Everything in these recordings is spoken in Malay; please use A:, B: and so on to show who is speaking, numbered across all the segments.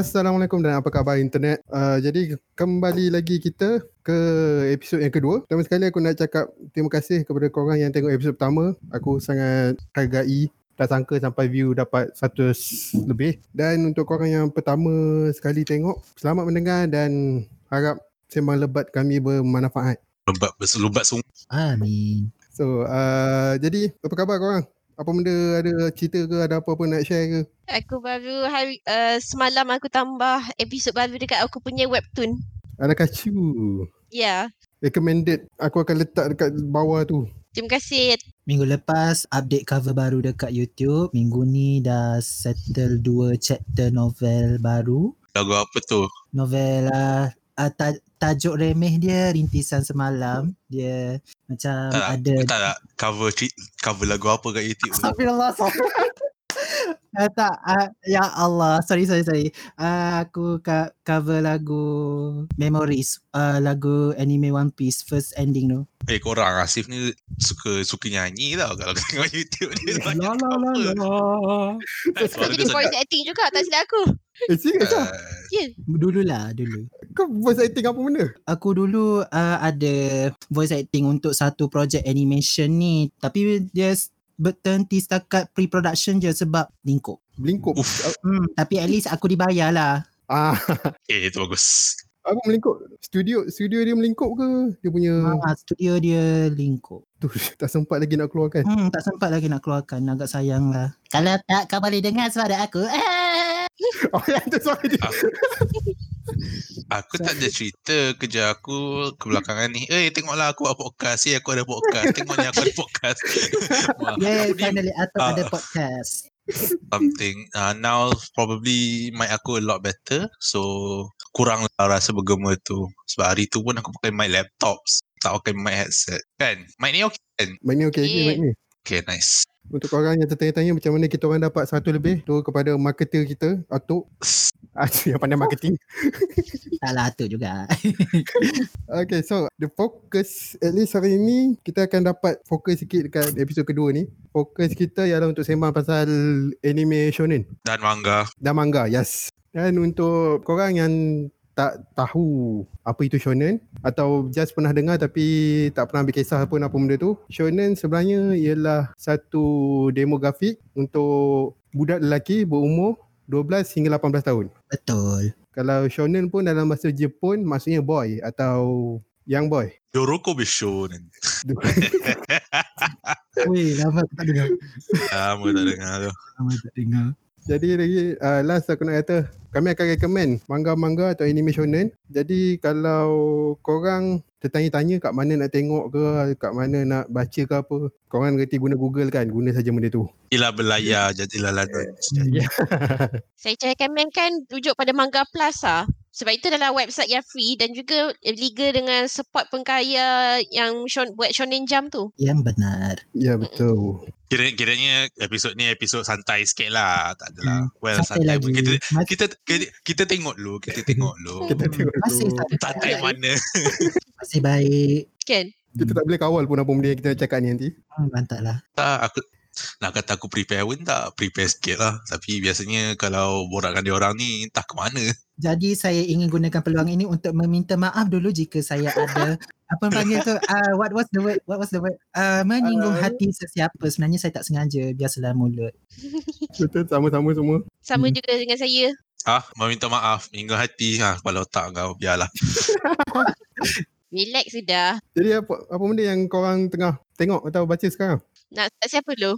A: Assalamualaikum dan apa khabar internet uh, Jadi kembali lagi kita ke episod yang kedua Pertama sekali aku nak cakap terima kasih kepada korang yang tengok episod pertama Aku sangat hargai tak sangka sampai view dapat 100 lebih Dan untuk korang yang pertama sekali tengok Selamat mendengar dan harap sembang lebat kami bermanfaat
B: Lebat berselubat sungai.
C: Ah, Amin.
A: So uh, jadi apa khabar korang? Apa benda ada cerita ke ada apa-apa nak share ke?
D: Aku baru hari uh, semalam aku tambah episod baru dekat aku punya webtoon.
A: Ada kacu
D: Ya, yeah.
A: Recommended Aku akan letak dekat bawah tu
D: terima kasih.
C: Minggu lepas update cover baru dekat YouTube. Minggu ni dah settle dua chapter novel baru.
B: Lagu apa tu?
C: Novel uh, uh, ta- tajuk remeh dia Rintisan Semalam. Dia macam
B: Ah,
C: ada
B: Tak nak cover tri- cover lagu apa kat YouTube tu.
C: Astagfirullah sorry. Ah, tak, ah, ya Allah, sorry sorry sorry. Ah, aku ka- cover lagu Memories, ah, lagu anime One Piece first ending tu.
B: Eh korang Asif ni suka suka nyanyi tau kalau kau tengok YouTube dia.
C: Eh, La la la
B: cover.
C: la.
B: Suara
D: Kau
B: dia
D: jadi
B: sedap.
D: voice acting juga tak silap aku.
A: Eh serius lah
B: Ah,
C: Dulu lah, dulu.
A: Kau voice acting apa benda?
C: Aku dulu ah, ada voice acting untuk satu projek animation ni, tapi dia s- berhenti setakat pre-production je sebab lingkup.
A: Melingkup
B: Uf.
C: Hmm, tapi at least aku dibayar lah.
A: Ah,
B: Eh itu bagus.
A: Apa melingkup? Studio studio dia melingkup ke? Dia punya
C: Ah, studio dia lingkup.
A: tu tak sempat lagi nak keluarkan
C: Hmm, tak sempat lagi nak keluarkan. Agak sayang lah. Kalau tak, kau boleh dengar suara aku.
A: Oh yang tu suara dia
B: Aku tak ada cerita kerja aku kebelakangan ni. Eh tengoklah aku buat podcast. Eh aku ada podcast. Tengok ni aku ada podcast. Wah,
C: Yeah,
B: aku ni
C: finally aku
B: Ah.
C: ada podcast.
B: something. Uh, now probably mic aku a lot better. So kurang lah rasa bergema tu. Sebab hari tu pun aku pakai mic laptop. Tak pakai mic headset. Kan? Mic ni okay kan?
A: Mic ni okey je
D: Eh.
A: mic ni
B: Okay nice.
A: Untuk korang yang tertanya-tanya macam mana kita orang dapat satu lebih Tu kepada marketer kita Atuk Atuk yang pandai marketing
C: Tak lah tu juga.
A: Okay so the focus at least hari ni kita akan dapat fokus sikit dekat episod kedua ni Fokus kita ialah untuk sembang pasal anime shonen
B: Dan mangga.
A: dan manga yes dan untuk korang yang tak tahu apa itu shonen atau just pernah dengar tapi tak pernah ambil kisah pun apa benda tu shonen sebenarnya ialah satu demografik untuk budak lelaki berumur 12 hingga 18 tahun
C: Betul.
A: kalau shonen pun dalam bahasa Jepun maksudnya boy atau young boy
B: Yoroko Bisho ni.
C: Weh, lama aku tak dengar.
B: Lama tak dengar tu.
C: Lama tak dengar.
A: Jadi lagi uh, last aku nak kata kami akan recommend manga-manga atau anime shonen. Jadi kalau korang tertanya-tanya kat mana nak tengok ke, kat mana nak baca ke apa, korang reti guna Google kan, guna saja benda tu.
B: Gila belayar jadilah lanun.
A: Yeah.
D: Saya recommend kan rujuk pada Manga Plus lah. Sebab itu adalah website yang free dan juga eh, liga dengan support pengkaya yang shon, buat Shonen Jump tu.
C: Yang benar.
A: Ya betul.
B: Kira kiranya episod ni episod santai sikit lah. Tak adalah. Well
C: Sampai
B: santai
C: lagi.
B: pun. Kita
C: Mas-
B: kita kita- kita tengok dulu, kita tengok dulu.
A: Kita tengok
C: masih
A: dulu.
C: tak
B: Santai mana?
C: masih baik.
D: Kan?
A: Kita tak boleh kawal pun apa benda yang kita nak cakap ni nanti.
C: Hmm, mantap lah.
B: Tak, aku nak kata aku prepare pun tak prepare sikit lah tapi biasanya kalau borak dengan dia orang ni entah ke mana
C: Jadi saya ingin gunakan peluang ini untuk meminta maaf dulu jika saya ada apa panggil tu Ah, what was the word what was the word Ah, menyinggung
A: Ah.
C: hati sesiapa sebenarnya saya tak sengaja biasalah mulut
A: Betul sama-sama semua.
D: Sama
C: Hmm.
D: juga dengan saya.
B: ah meminta maaf minggu hati ah kepala otak kau biarlah
D: Relax sudah.
A: Jadi apa apa benda yang korang tengah tengok atau baca sekarang?
D: Nak start siapa dulu?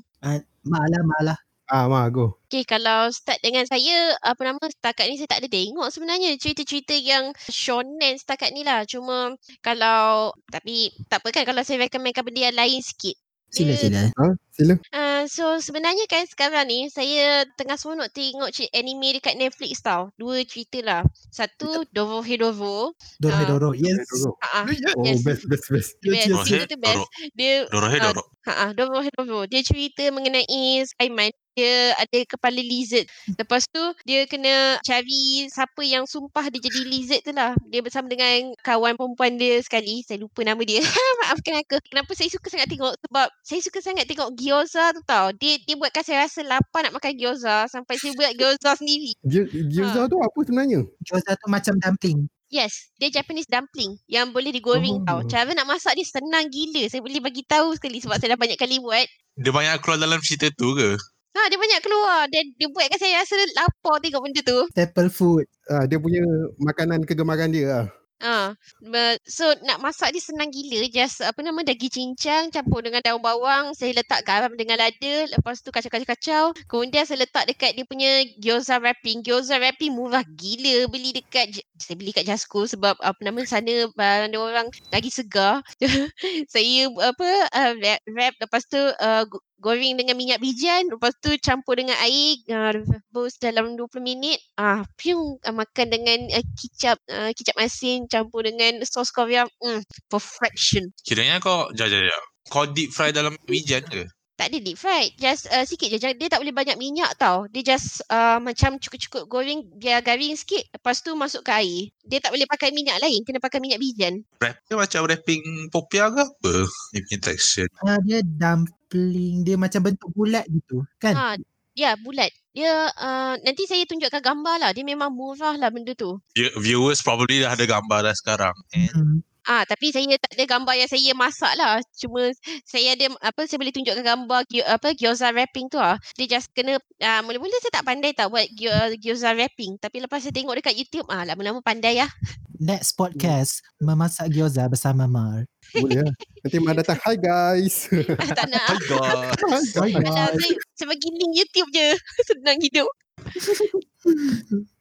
C: malah malah
A: Ah, ma go.
D: Okay, kalau start dengan saya, apa nama, setakat ni saya tak ada tengok sebenarnya cerita-cerita yang shonen setakat ni lah. Cuma kalau, tapi tak apa kan kalau saya recommendkan benda yang lain sikit.
C: sila
D: Dia-
C: sila
A: Ha, sila.
D: Uh, so sebenarnya kan sekarang ni saya tengah seronok tengok cer- anime dekat Netflix tau. Dua cerita lah. Satu Dovo Hedovo.
C: doro
D: Ah.
C: doro yes
A: Go, go.
D: Ha ah.
A: Oh,
D: Yes.
A: best best best.
D: Best.
B: Dorok
D: Cerita
B: eh
D: tu best.
B: dorok
D: Dia
B: dorok eh
D: Ah,
B: dorok
D: ha ah Dovo Hedovo. Dia cerita mengenai Saiman dia ada kepala lizard. Lepas tu dia kena cari siapa yang sumpah dia jadi lizard tu lah. Dia bersama dengan kawan perempuan dia sekali. Saya lupa nama dia. Maafkan aku. Kenapa saya suka sangat tengok? Sebab saya suka sangat tengok gyoza tu tau. Dia dia buatkan saya rasa lapar nak makan gyoza sampai saya buat gyoza sendiri.
A: Gyo- Gyoza tu apa sebenarnya?
C: Gyoza tu macam dumpling.
D: Yes, dia Japanese dumpling yang boleh digoreng oh. tau.
A: Oh.
D: Cara nak masak dia senang gila. Saya boleh bagi tahu sekali sebab saya dah banyak kali buat.
B: Dia banyak keluar dalam cerita tu ke?
D: Ha, dia banyak keluar dan dia buatkan saya rasa lapar tengok benda tu.
C: Staple food.
A: Ah, dia punya makanan kegemaran dia lah.
D: Ha. Be- So nak masak dia senang gila. Just apa nama daging cincang campur dengan daun bawang. Saya letak garam dengan lada. Lepas tu kacau-kacau-kacau. Kemudian saya letak dekat dia punya gyoza wrapping. Gyoza wrapping murah gila. Beli dekat, J- saya beli kat Jasko sebab apa nama sana barang dia orang lagi segar. saya apa uh, wrap, wrap. Lepas tu uh, go- goreng dengan minyak bijan. Lepas tu campur dengan air. Uh, rebus dalam 20 minit. Ah, piung. Ah, makan dengan uh, kicap. Uh, kicap asin campur dengan sos korea. Mm, perfection.
B: Kiranya kau, jap, jap, jap. Kau deep fry dalam wijan ke?
D: Tak ada deep fried. Just uh, sikit je. Jangan- Dia tak boleh banyak minyak tau. Dia just uh, macam cukup-cukup goreng. Biar garing sikit. Lepas tu masuk ke air. Dia tak boleh pakai minyak lain. Kena pakai minyak bijan.
B: Wrap dia macam wrapping popia ke apa? Dia punya texture.
C: Ah, dia dumpling. Dia macam bentuk bulat gitu. Kan?
D: Ha, ya, bulat. Dia uh, nanti saya tunjukkan gambar lah. Dia memang murah lah benda tu.
B: View- Viewers probably dah ada gambar dah sekarang. And
C: Hmm.
D: Ah, tapi saya tak ada gambar yang saya masak lah. Cuma saya ada apa saya boleh tunjukkan gambar gyo, apa gyoza wrapping tu ah. Dia just kena ah, mula-mula saya tak pandai tak buat gyo, gyoza wrapping. Tapi lepas saya tengok dekat YouTube ah lama-lama pandai lah.
C: Next podcast, memasak gyoza bersama Mar.
A: Boleh lah. Nanti Mak datang, hi guys.
D: tak nak. ah.
B: oh my god.
A: Hi guys.
D: Alah, saya, saya bagi link YouTube je. Senang hidup.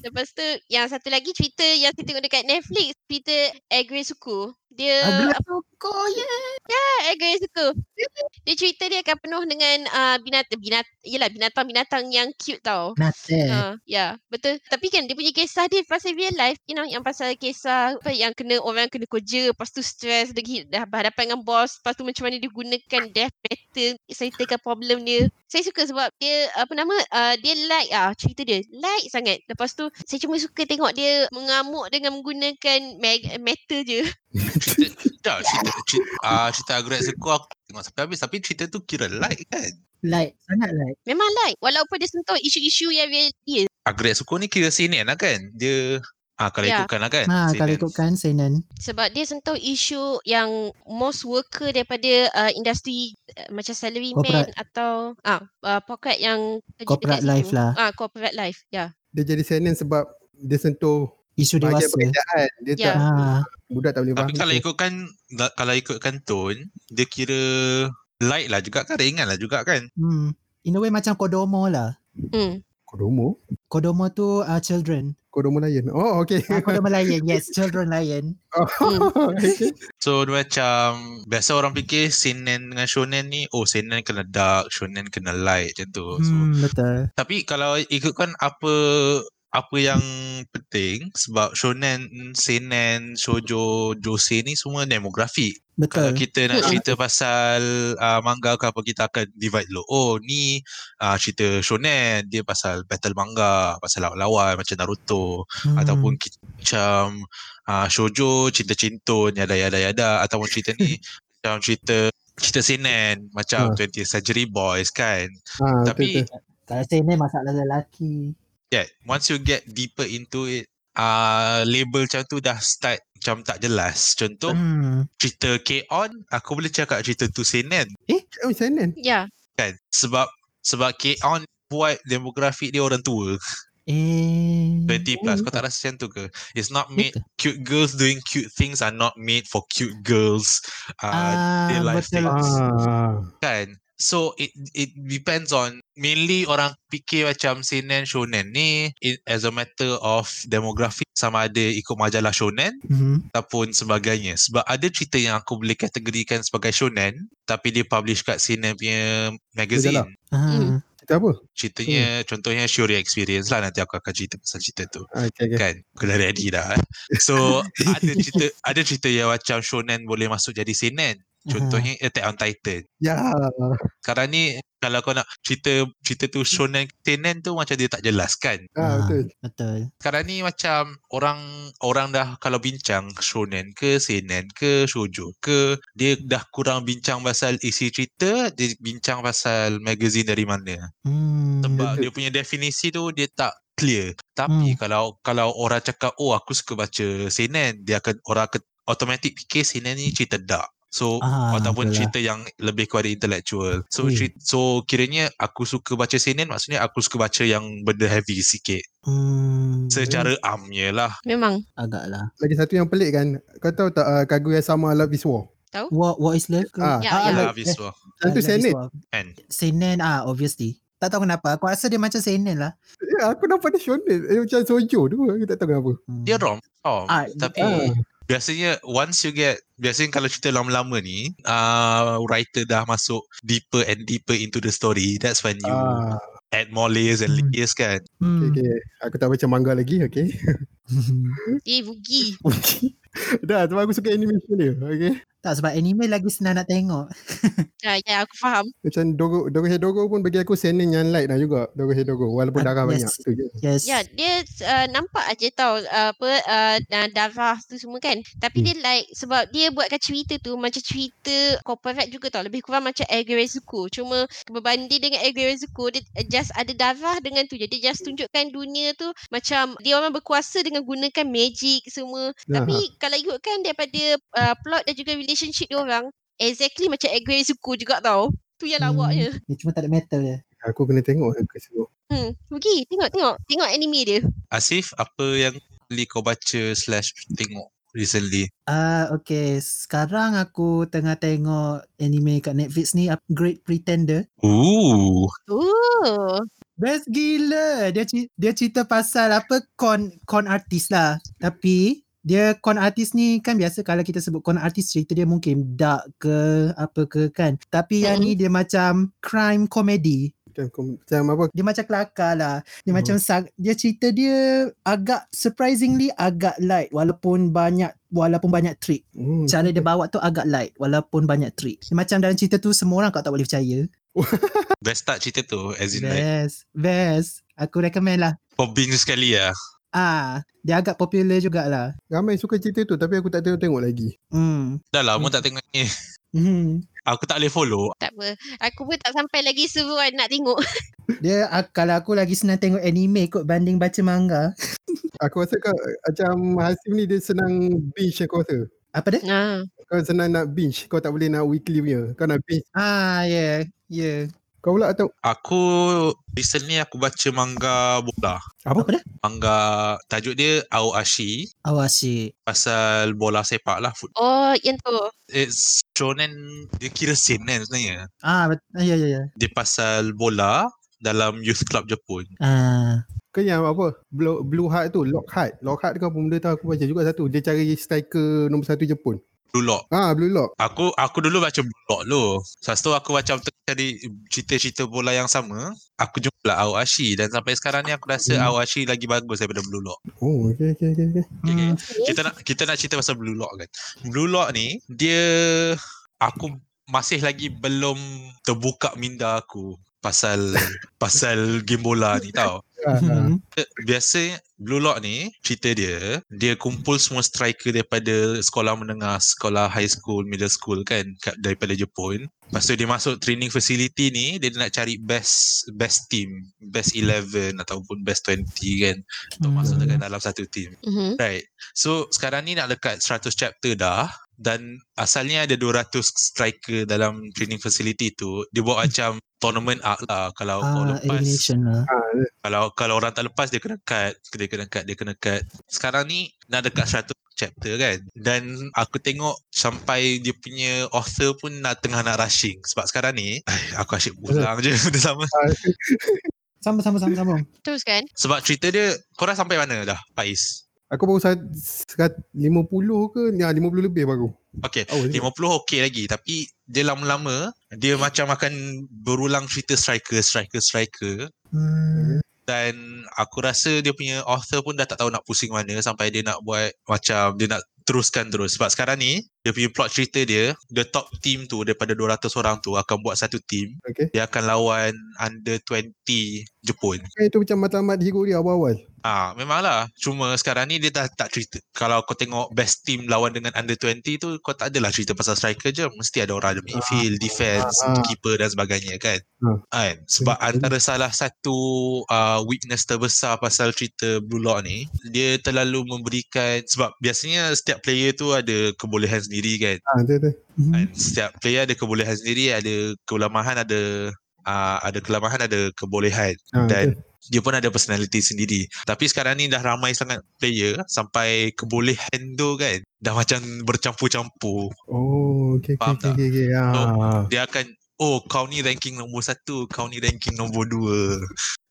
D: Lepas tu yang satu lagi cerita yang saya tengok dekat Netflix, cerita Agri Suku. Dia
C: Agri
D: Suku ya. Ya, Agri Suku. Dia cerita dia akan penuh dengan uh, binatang binat yalah binatang-binatang yang cute tau.
C: Nate.
D: Ha, ya, betul. Tapi kan dia punya kisah dia pasal real life, you know, yang pasal kisah apa yang kena orang kena kerja, lepas tu stres lagi dah berhadapan dengan bos, lepas tu macam mana dia gunakan death metal, saya tekan problem dia. Saya suka sebab dia apa nama uh, dia light ah cerita dia. Light sangat. Lepas tu saya cuma suka tengok dia mengamuk dengan menggunakan mag- metal je.
B: Dah, cerita, cerita, uh, cerita Agret Seku aku tengok sampai habis. Tapi cerita tu kira light kan?
C: Light. Sangat light.
D: Memang light walaupun dia sentuh isu-isu yang real.
B: Agret Seku ni kira sinen lah kan? Dia, ah kalau
D: Ya.
B: ikutkan lah kan?
C: Ha, kalau
B: seinen.
C: ikutkan Seinen.
D: sebab dia sentuh isu yang most worker daripada uh, industri uh, macam salaryman
C: Corporate.
D: atau ah uh, pocket yang kerja
C: Corporate
D: dekat
C: life
D: situ.
C: lah.
D: Ah corporate life. Ya.
A: Dia jadi senen sebab dia sentuh
C: Isu
A: bahagian
C: dewasa.
A: pekerjaan. Dia
D: Ya.
A: tak,
C: Ha,
A: budak tak boleh
B: Tapi kalau
A: tu.
B: ikutkan da- kalau ikutkan tone, dia kira light lah juga kan, ringan lah juga kan.
C: hmm. In a way macam Kodomo lah.
D: Yeah. Hmm.
A: Kodomo?
C: Kodomo tu uh, children.
A: Kodomo lion. Oh, okay.
C: Ah, Kodomo lion. Yes, children lion.
D: Hmm.
A: okay.
B: So dia macam biasa orang fikir seinen dengan shonen ni, oh seinen kena dark, shonen kena light macam tu. So,
C: Hmm, betul.
B: tapi kalau ikutkan apa apa yang penting sebab shonen, seinen, shoujo, jose ni semua demografi. Kalau
C: Betul. Hmm.
B: kita nak
D: Mm-mm.
B: cerita pasal uh, manga ke apa kita akan divide dulu. Oh ni uh, cerita shonen dia pasal battle manga, pasal lawan-lawan macam Naruto
C: Hmm.
B: ataupun kita, macam uh, shoujo, cerita cinta yada yada yada ataupun cerita ni macam cerita cerita seinen macam
C: Hmm.
B: 20th Century Boys kan.
A: Ha,
B: Tapi
A: Tapi,
C: Kalau Seinen masalah lelaki.
B: yeah, once you get deeper into it uh, label macam tu dah start macam tak jelas. Contoh
C: Hmm.
B: cerita K-On aku boleh cakap cerita tu seinen
A: oh, senen.
D: Ya.
B: kan sebab sebab K-On buat demografi dia orang tua
C: Eh.
B: 20 plus kau tak rasa macam tu ke it's not made cute girls doing cute things are not made for cute girls uh,
C: Ah,
B: their life
C: betul.
B: things.
A: Ah.
B: kan so it it depends on mainly orang fikir macam seinen shonen ni it, as a matter of demografi sama ada ikut majalah shonen
C: Mhm.
B: ataupun sebagainya sebab ada cerita yang aku boleh kategorikan sebagai shonen tapi dia publish kat seinen punya magazine
A: Majalah.
C: Ah,
D: Hmm.
A: Cerita apa?
B: ceritanya hmm. contohnya Shuri experience lah nanti aku akan cerita pasal cerita tu
A: Ah, Okay, okay.
B: kan aku dah ready dah eh. so ada cerita ada cerita yang macam
C: Hmm.
B: shonen boleh masuk jadi seinen contohnya Attack on Titan
A: Ya.
B: sekarang ni kalau kau nak cerita cerita tu shonen seinen tu macam dia tak jelas kan
A: Ah,
C: Ah.
A: betul.
C: Betul.
B: sekarang ni macam orang orang dah kalau bincang shonen ke seinen ke shoujo ke dia dah kurang bincang pasal isi cerita dia bincang pasal magazine dari mana
C: Hmm.
B: sebab
A: Betul.
B: dia punya definisi tu dia tak clear tapi
C: Hmm.
B: kalau kalau orang cakap oh aku suka baca seinen dia akan orang akan automatic fikir seinen ni cerita dark so
C: Ah,
B: ataupun
C: betul lah.
B: cerita yang lebih kepada intellectual so
C: Ui.
B: cerita, so kiranya aku suka baca seinen maksudnya aku suka baca yang benda heavy sikit
C: Hmm.
B: secara amnya lah
D: Memang.
C: Agaklah.
A: Lagi satu yang pelik kan. Kau tahu tak uh, Kaguya sama Love is War?
C: What what is love? ke?
A: Ah,
D: Ya,
B: ah,
D: ya.
B: lah,
C: love-
B: habis tu
A: Yang tu
C: Love is
A: seinen.
C: War.
B: kan
C: Seinen ah obviously. Tak tahu kenapa. Aku rasa dia macam seinen lah.
A: Ya, aku nampak dia shonen. Eh, macam sojo tu. Aku tak tahu kenapa.
C: Hmm.
B: dia rom oh
C: Ah,
B: tapi
A: ah.
B: biasanya once you get biasanya kalau cerita lama-lama ni uh, writer dah masuk deeper and deeper into the story that's when you
A: Ah,
B: add more layers and
C: Hmm.
B: layers kan
C: Hmm.
A: okay, okay. Aku tak baca manga lagi, okay?
D: Eh, rugi.
A: Dah, sebab aku suka animation dia, okay?
C: tak sebab anime lagi senang nak tengok.
D: Ah, ya, aku faham.
A: Macam Dogo, Dogo Hedogo pun bagi aku senin yang light lah juga. Dogo Hedogo, walaupun
C: Ah,
A: darah
C: yes.
A: banyak. Tu je.
C: Yes.
D: Ya, dia uh, nampak aja tau uh, apa uh, da- darah tu semua kan. Tapi dia like sebab dia buatkan cerita tu macam cerita corporate juga tau. Lebih kurang macam Edgar Rizuko. Cuma berbanding dengan Edgar Rizuko, dia uh, just ada darah dengan tu je. Dia just tunjukkan dunia tu macam dia orang berkuasa dengan gunakan magic semua. Tapi kalau ikutkan daripada uh, plot dan juga relationship dia orang, exactly macam Edgar Rizuko juga tau. Tu yang
C: Hmm.
D: lawaknya.
C: Dia cuma tak ada metal je.
A: Ah, aku kena tengok lah kat situ.
D: Hmm, rugi. Tengok, tengok. Tengok anime dia.
B: Asif apa yang li kau baca slash tengok recently
C: Ah okay, sekarang aku tengah tengok anime kat Netflix ni Up- Great Pretender.
B: ooh
D: Oh.
C: Best gila. Dia ci- dia cerita pasal apa con con artis lah. Tapi dia con artis ni kan biasa kalau kita sebut con artis cerita dia mungkin dark ke apa ke kan. Tapi yang ni dia macam crime comedy.
A: Macam, macam apa,
C: Dia macam kelakar lah. Dia
A: Mhm.
C: macam sag- dia cerita dia agak surprisingly agak light walaupun banyak walaupun banyak trick.
A: hmm,
C: Cara dia bawa tu agak light walaupun banyak trick. Dia macam dalam cerita tu semua orang kau tak boleh percaya.
B: best tak cerita tu as in like
C: Best. Best. Aku recommend lah.
B: kau binge sekali lah
C: Ah, dia agak popular jugalah.
A: ramai suka cerita tu tapi aku tak tengok-tengok lagi.
C: Hmm.
B: dah lama
C: Hmm.
B: tak tengok ni
C: Hmm.
B: aku tak boleh follow
D: Tak apa. Aku pun tak sampai lagi seru kan nak tengok.
C: Dia ah, kalau aku lagi senang tengok anime kot banding baca manga.
A: Aku rasa kau, macam Hasim ni dia senang binge aku rasa.
C: Apa dia?
D: Ha.
A: Kau senang nak binge. Kau tak boleh nak weekly punya. Kau nak binge.
C: Ah, ya. Yeah. Ya. Yeah.
A: Kau pula atau
B: aku recently aku baca manga bola
C: Apa? dia?
B: manga tajuk dia Aoashi
C: Awak asyik.
B: pasal bola sepak lah Foot-
D: Oh, yang tu.
B: it's shonen dia kira seinen sebenarnya
C: Ah, bet- ah, ya ya ya.
B: dia pasal bola dalam youth club Jepun
C: Ah.
A: Ke yang apa Blue, blue Heart tu Lock Heart Lock Heart ke apa benda tu Aku baca juga satu Dia cari striker Nombor satu Jepun
B: dulu
A: Ah Blue Lock
B: Aku aku dulu baca blog lo. Lepas tu aku macam ter- cari cerita-cerita bola yang sama. Aku jumpa lah Awashi dan sampai sekarang ni aku rasa
A: Hmm.
B: Awashi lagi bagus daripada Blue Lock.
A: Oh okay okay okay, okay.
B: Okay, okay.
C: Hmm.
B: Kita nak kita nak cerita pasal Blue Lock kan. Blue Lock ni dia aku masih lagi belum terbuka minda aku pasal pasal game bola ni tau.
A: Ah, ah.
C: Hmm.
B: Biasanya Blue Lock ni cerita dia dia kumpul semua striker daripada sekolah menengah, sekolah high school, middle school kan kat, daripada Jepun. Lepas tu dia masuk training facility ni dia nak cari best best team, best 11 ataupun best 20 kan untuk
C: Hmm.
B: masuk dekat dalam satu team.
D: Mm-hmm.
B: Right. So sekarang ni nak dekat 100 chapter dah dan asalnya ada 200 striker dalam training facility tu. Dia buat macam tournament arc lah kalau kau
C: Ah,
B: lepas
C: elimination lah.
B: kalau kalau orang tak lepas dia kena cut, dia kena cut, dia kena cut. Sekarang ni dah dekat 100 chapter kan dan aku tengok sampai dia punya author pun nak tengah nak rushing sebab sekarang ni ai, aku asyik ulang je benda sama
A: ah.
C: Sama sama sama sama.
D: Terus kan?
B: sebab cerita dia korang sampai mana dah Faiz
A: Aku baru sa- sekat 50 ke Ya 50 lebih baru
B: Okay
A: Oh, is it?
B: 50 okey lagi tapi dia lama-lama dia macam akan berulang cerita striker striker striker
C: Hmm.
B: dan aku rasa dia punya author pun dah tak tahu nak pusing mana sampai dia nak buat macam dia nak teruskan terus sebab sekarang ni dia punya plot cerita dia the top team tu daripada 200 orang tu akan buat satu team
A: Okay.
B: dia akan lawan under 20 Jepun
A: Kan itu macam matlamat Higuri awal-awal.
B: Ah, memanglah. Cuma sekarang ni dia dah tak cerita. Kalau kau tengok best team lawan dengan under 20 tu, kau tak adalah cerita pasal striker je. Mesti ada orang ada midfield, defense,
A: ah, ah.
B: keeper dan sebagainya kan.
A: Ah.
B: Kan? Sebab antara salah satu uh, weakness terbesar pasal cerita Blue Lock ni, dia terlalu memberikan, sebab biasanya setiap player tu ada kebolehan sendiri kan.
A: Ah, tu tu.
B: Kan? Setiap player ada kebolehan sendiri, ada kelemahan, ada uh, ada kelemahan, ada kebolehan
A: Ah,
B: Dan-
A: tu.
B: dia pun ada personality sendiri. Tapi sekarang ni dah ramai sangat player sampai kebolehan tu kan dah macam bercampur-campur.
A: Oh, okay, okay,
B: Faham
A: okay,
B: tak?
A: okay, okay. Ah.
B: So, Dia akan oh kau ni ranking nombor satu, kau ni ranking nombor dua.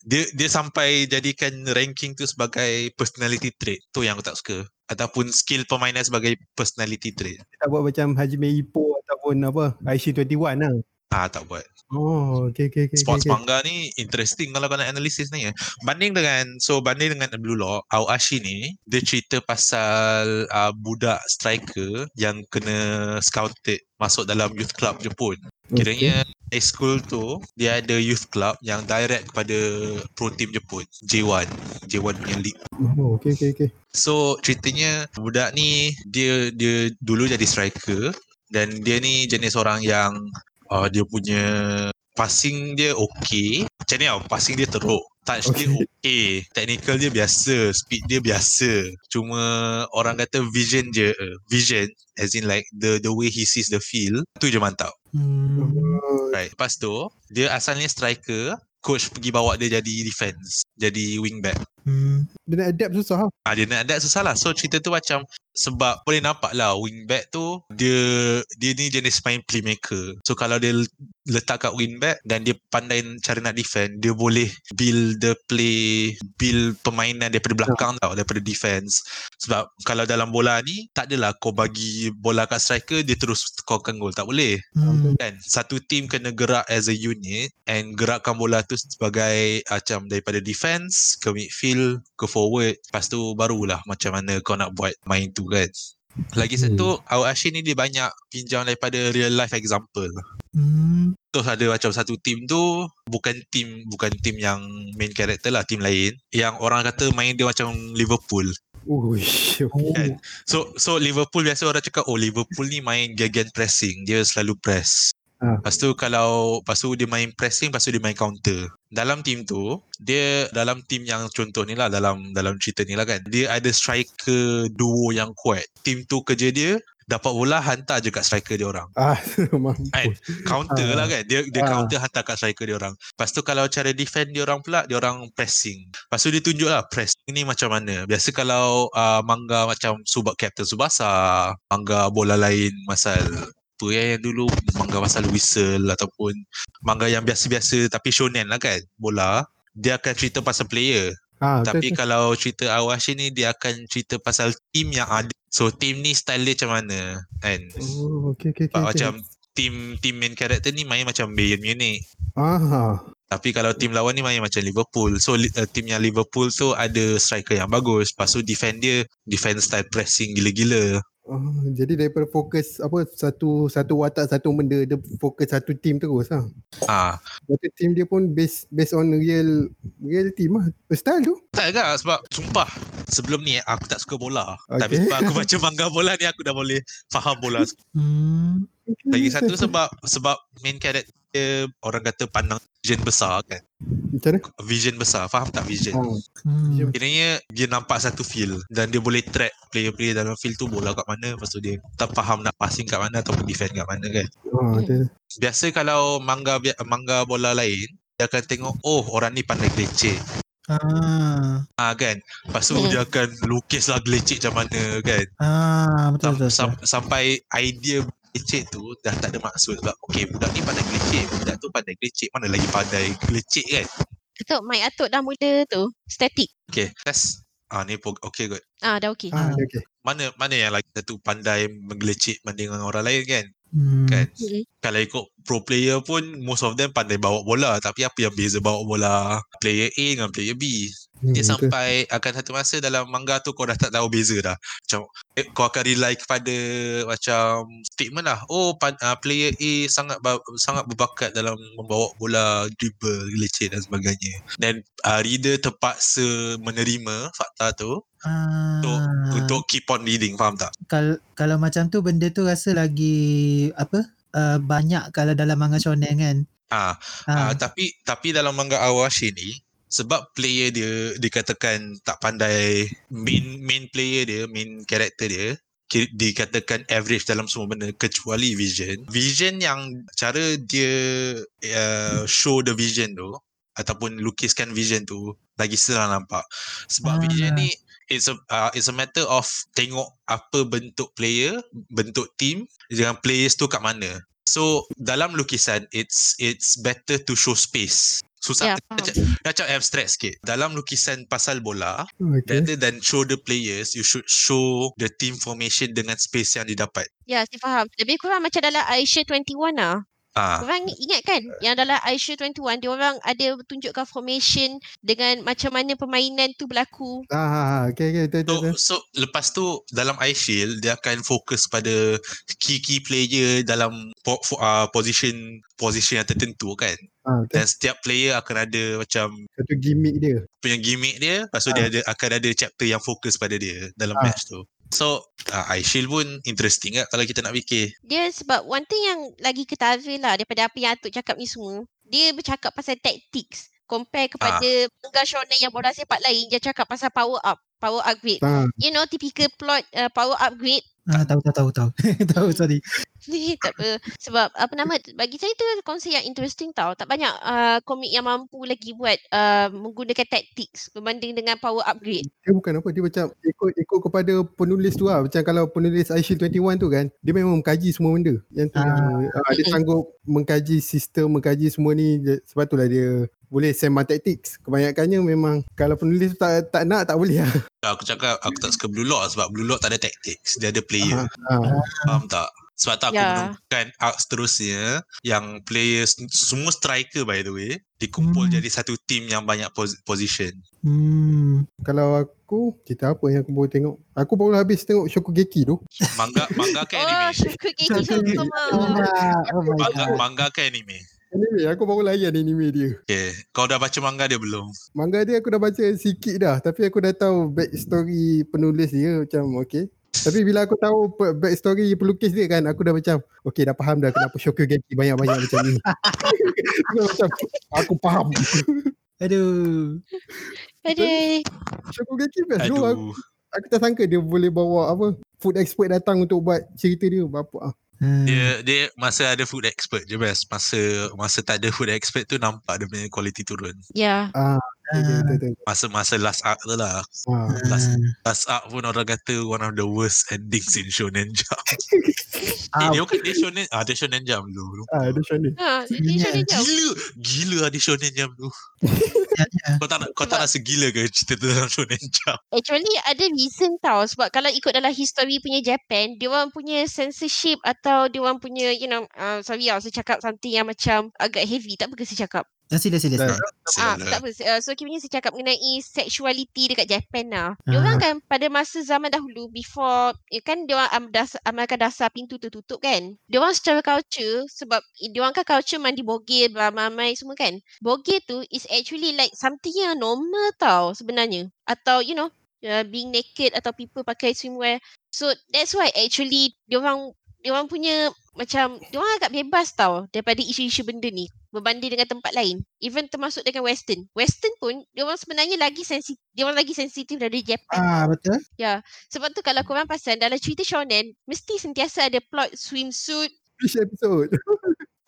B: Dia dia sampai jadikan ranking tu sebagai personality trait. Tu yang aku tak suka. Ataupun skill permainan sebagai personality trait.
A: Dia tak buat macam Hajime Ippo ataupun apa, IC21 lah.
B: Ah tak buat.
A: Oh, okay, okay, okay.
B: Sports
A: okay, okay.
B: manga ni interesting kalau kau nak analisis ni. ya. Banding dengan so banding dengan Blue Lock, Aoashi ni dia cerita pasal uh, budak striker yang kena scouted masuk dalam youth club Jepun. Kiranya high school tu dia ada youth club yang direct kepada pro team Jepun, J1, J1 punya league.
A: Okay. Oh, okay, okay, okay.
B: So ceritanya budak ni dia dia dulu jadi striker dan dia ni jenis orang yang uh, dia punya passing dia okey. Macam ni tau, passing dia teruk. Touch okay. dia
A: Okey.
B: okey, technical dia biasa, speed dia biasa. Cuma orang kata vision je, eh, vision as in like the the way he sees the field, tu je mantap.
C: Hmm.
A: Oh,
B: Right. Lepas tu, dia asalnya striker, coach pergi bawa dia jadi defense, jadi wingback.
C: Hmm.
A: dia nak adapt susah lah.
B: Ah, dia nak adapt susah lah. So cerita tu macam sebab boleh nampak lah wingback tu dia dia ni jenis main playmaker. So kalau dia letak kat wingback dan dia pandai cara nak defend, dia boleh build the play, build permainan daripada belakang tau, daripada defense. Sebab kalau dalam bola ni tak adalah kau bagi bola kat striker dia terus scorekan gol. Tak boleh
C: Hmm.
B: kan satu team kena gerak as a unit and gerakkan bola tu sebagai macam daripada defense ke midfield ke forward lepas tu barulah macam mana kau nak buat main tu kan lagi
A: Hmm.
B: satu Awashi ni dia banyak pinjam daripada real life example
C: Hmm.
B: Terus ada macam satu team tu bukan team bukan team yang main karakter lah team lain yang orang kata main dia macam Liverpool.
A: Uish.
C: Oh.
B: Kan? So so Liverpool biasa orang cakap oh Liverpool ni main gegen pressing, dia selalu press.
A: Ah.
B: Lepas tu kalau lepas tu dia main pressing, lepas tu dia main counter. Dalam team tu, dia dalam team yang contoh ni lah dalam dalam cerita ni lah kan. Dia ada striker duo yang kuat. Team tu kerja dia dapat bola hantar je kat striker dia orang
A: Ah, mampus.
B: Kan? counter
A: Ah.
B: lah kan dia dia
A: Ah.
B: counter hantar kat striker dia orang lepas tu kalau cara defend dia orang pula dia orang pressing lepas tu dia tunjuk lah pressing ni macam mana biasa kalau uh, manga macam Subat Captain Subasa manga bola lain masal apa eh yang dulu manga pasal whistle ataupun manga yang biasa-biasa tapi shonen lah kan bola dia akan cerita pasal player
A: Ah,
B: tapi
A: betul, betul.
B: kan- kalau cerita Awashi ni dia akan cerita pasal team yang ada so team ni style dia macam mana kan
A: Oh, okay, okay, okay. okay.
B: Sebab Ah, macam team team main karakter ni main macam Bayern Munich.
A: Ah,
B: Tapi kalau team lawan ni main macam Liverpool. So li- uh, team yang Liverpool tu ada striker yang bagus. Lepas tu defend dia defense style pressing gila-gila.
A: Oh, jadi daripada fokus apa satu satu watak satu benda dia fokus satu team terus lah.
B: Ah,
A: Satu team dia pun based based on real real team lah. Style tu.
B: tak agak sebab sumpah sebelum ni aku tak suka bola. Okay. Tapi
A: Okay.
B: sebab aku baca manga bola ni aku dah boleh faham bola.
C: Hmm.
B: Lagi satu sebab sebab main karakter dia, orang kata pandang vision besar kan.
A: macam mana?
B: Vision besar. Faham tak vision?
A: Ah,
C: Hmm.
B: Kiranya dia nampak satu feel dan dia boleh track player-player dalam feel tu bola kat mana lepas tu dia tak faham nak passing kat mana ataupun defend kat mana kan.
A: ah, macam mana?
B: Biasa kalau manga bi- manga bola lain dia akan tengok oh orang ni pandai gelecek.
C: Ah.
B: Ah kan. Lepas tu
D: Hmm.
B: dia akan lukis lah gelecek macam mana kan.
C: Ah,
B: Sam-
C: betul betul. betul.
B: sam- sampai idea gelecek tu dah tak ada maksud sebab okay budak ni pandai gelecek, budak tu pandai gelecek, mana lagi pandai gelecek kan.
D: Atuk, mic Atuk dah mula tu. Static.
B: Okay, test. Ah ni pro- okay good.
D: Ah, dah okey.
A: Ah,
C: Ah.
A: okay.
B: Mana mana yang lagi satu pandai menggelecek banding dengan orang lain kan.
C: Hmm.
B: Kan?
D: Mm-mm.
B: kalau ikut pro player pun most of them pandai bawa bola tapi apa yang beza bawa bola player A dengan player B
C: Hmm,
B: Dia
A: Hmm,
B: sampai akan satu masa dalam manga tu kau dah tak tahu beza dah. Macam eh, kau akan rely kepada macam statement lah. Oh pan, uh, player A sangat ba- sangat berbakat dalam membawa bola, dribble, leceh dan sebagainya. Dan uh, reader terpaksa menerima fakta tu
C: Ah,
B: untuk untuk keep on reading, faham tak?
C: kalau kalau macam tu benda tu rasa lagi apa? Uh, banyak kalau dalam manga shonen kan.
B: Ah, Uh,
C: Ah,
B: tapi tapi dalam manga Awashi ni sebab player dia dikatakan tak pandai main main player dia main karakter dia ki- dikatakan average dalam semua benda kecuali vision vision yang cara dia uh, show the vision tu ataupun lukiskan vision tu lagi senang nampak sebab
C: Ah.
B: vision ni it's a uh, it's a matter of tengok apa bentuk player bentuk team dengan players tu kat mana So dalam lukisan it's it's better to show space. Susah
D: Ya,
B: yeah.
D: faham.
B: macam, macam abstract sikit. Dalam lukisan pasal
A: Ah,
B: bola,
A: Okay.
B: rather than show the players, you should show the team formation dengan space yang didapat.
D: Ya, saya faham. Lebih kurang macam dalam Aisyah 21 lah.
B: Ah,
D: Korang ingat kan yang dalam Aisyah 21, dia orang ada tunjukkan formation dengan macam mana permainan tu berlaku.
A: Ah, ah, ah, okay, okay, okay,
B: So, so lepas tu dalam iShield dia akan fokus pada key key player dalam po, fo, uh, position position yang tertentu kan.
A: Ah, betul.
B: Dan setiap player akan ada macam
A: Satu gimmick dia.
B: punya gimmick dia, lepas tu dia ada akan ada chapter yang fokus pada dia dalam
A: Ah.
B: match tu. So, uh, iShield pun interesting lah kalau kita nak fikir.
D: Dia sebab one thing yang lagi ketara lah daripada apa yang Atuk cakap ni semua. Dia bercakap pasal tactics. Compare kepada
B: Ah.
D: manga shonen yang bola sepak lain, dia cakap pasal power up. Power upgrade.
A: Ah,
D: You know, typical plot uh, power upgrade
C: ah, tahu tahu tahu tahu. tahu sorry.
D: Ni tak apa. Sebab apa nama bagi saya tu konsep yang interesting tau. Tak banyak uh, komik yang mampu lagi buat uh, menggunakan tactics berbanding dengan power upgrade.
A: dia bukan apa, dia macam ikut ikut kepada penulis tu lah. Macam kalau penulis Aishin 21 tu kan, dia memang mengkaji semua benda. Yang tu,
C: Ah.
A: ah, dia sanggup mengkaji sistem, mengkaji semua ni. Dia- Sebab tu lah dia boleh sembang taktik. Kebanyakannya memang kalau penulis tu tak tak nak tak boleh lah.
B: Aku cakap aku tak suka Blue Lock sebab Blue Lock tak ada tactics, dia ada player.
A: Ah, ah.
B: Faham tak? Sebab tu aku
D: Ya.
B: yeah. menemukan arc seterusnya yang player semua striker by the way dikumpul
C: Hmm.
B: jadi satu team yang banyak pos- position.
C: Hmm.
A: Kalau aku, cerita apa yang aku baru tengok? Aku baru habis tengok Shokugeki tu.
B: Manga manga ke
D: oh,
B: anime?
D: Shokugeki
C: Shokugeki.
D: sama.
C: Oh my
B: Manga
A: Ya.
C: god.
B: manga ke anime?
A: Anime, aku baru layan anime dia.
B: Okay. Kau dah baca manga dia belum?
A: Manga dia aku dah baca sikit dah tapi aku dah tahu back story penulis dia macam okay. Tapi bila aku tahu pe- back story pelukis dia kan aku dah macam okay dah faham dah kenapa Shokugeki banyak-banyak macam ni. Aku macam aku faham.
C: Aduh.
D: Aduh.
A: Shokugeki best tu aku,
B: Aduh.
A: aku tak sangka dia boleh bawa apa food expert datang untuk buat cerita dia bapa ah.
C: Hmm.
B: Dia dia masa ada food expert je best. Masa masa tak ada food expert tu nampak dia punya quality turun.
D: Ya.
A: Okay, okay, betul, betul.
B: Masa-masa last arc tu lah.
A: Ah.
B: last-
C: Hmm.
B: Last arc pun orang kata one of the worst endings in Shonen Jump.
C: Ah,
B: Eh, dia bukan dia Shonen, ah, dia Shonen Jump dulu.
A: Ah, dia macam ni.
D: Ha, dia macam dia jauh.
B: Gila Gila ada Shonen Jump tu
C: ya, ya.
B: Kau tak, nak- kau tak
D: Sebab-
B: rasa gila ke Cerita tu dalam Shonen Jump
D: Actually ada reason tau sebab kalau ikut dalam history punya Japan, dia orang punya censorship atau dia orang punya you know, uh, sorry lah saya cakap something yang macam agak heavy. Tak apa ke saya cakap?
C: Dah sila sila. sila.
D: Ah,
B: Sialah.
D: tak apa. Uh, so kiranya saya cakap mengenai sexuality dekat Japan lah.
C: Ah.
D: Dia orang kan pada masa zaman dahulu before ya kan dia orang am, das, amalkan dasar pintu tu tutup kan. Dia orang secara culture sebab dia orang kan culture mandi bogel ramai-ramai semua kan. Bogel tu is actually like something yang normal tau sebenarnya. Atau you know uh, being naked atau people pakai swimwear. So that's why actually dia orang dia orang punya macam dia orang agak bebas tau daripada isu-isu benda ni berbanding dengan tempat lain even termasuk dengan western western pun dia orang sebenarnya lagi sensitif dia orang lagi sensitif dari Japan
C: Ah betul.
D: sebab tu kalau korang pasang dalam cerita shonen mesti sentiasa ada plot swimsuit
A: Fish episode.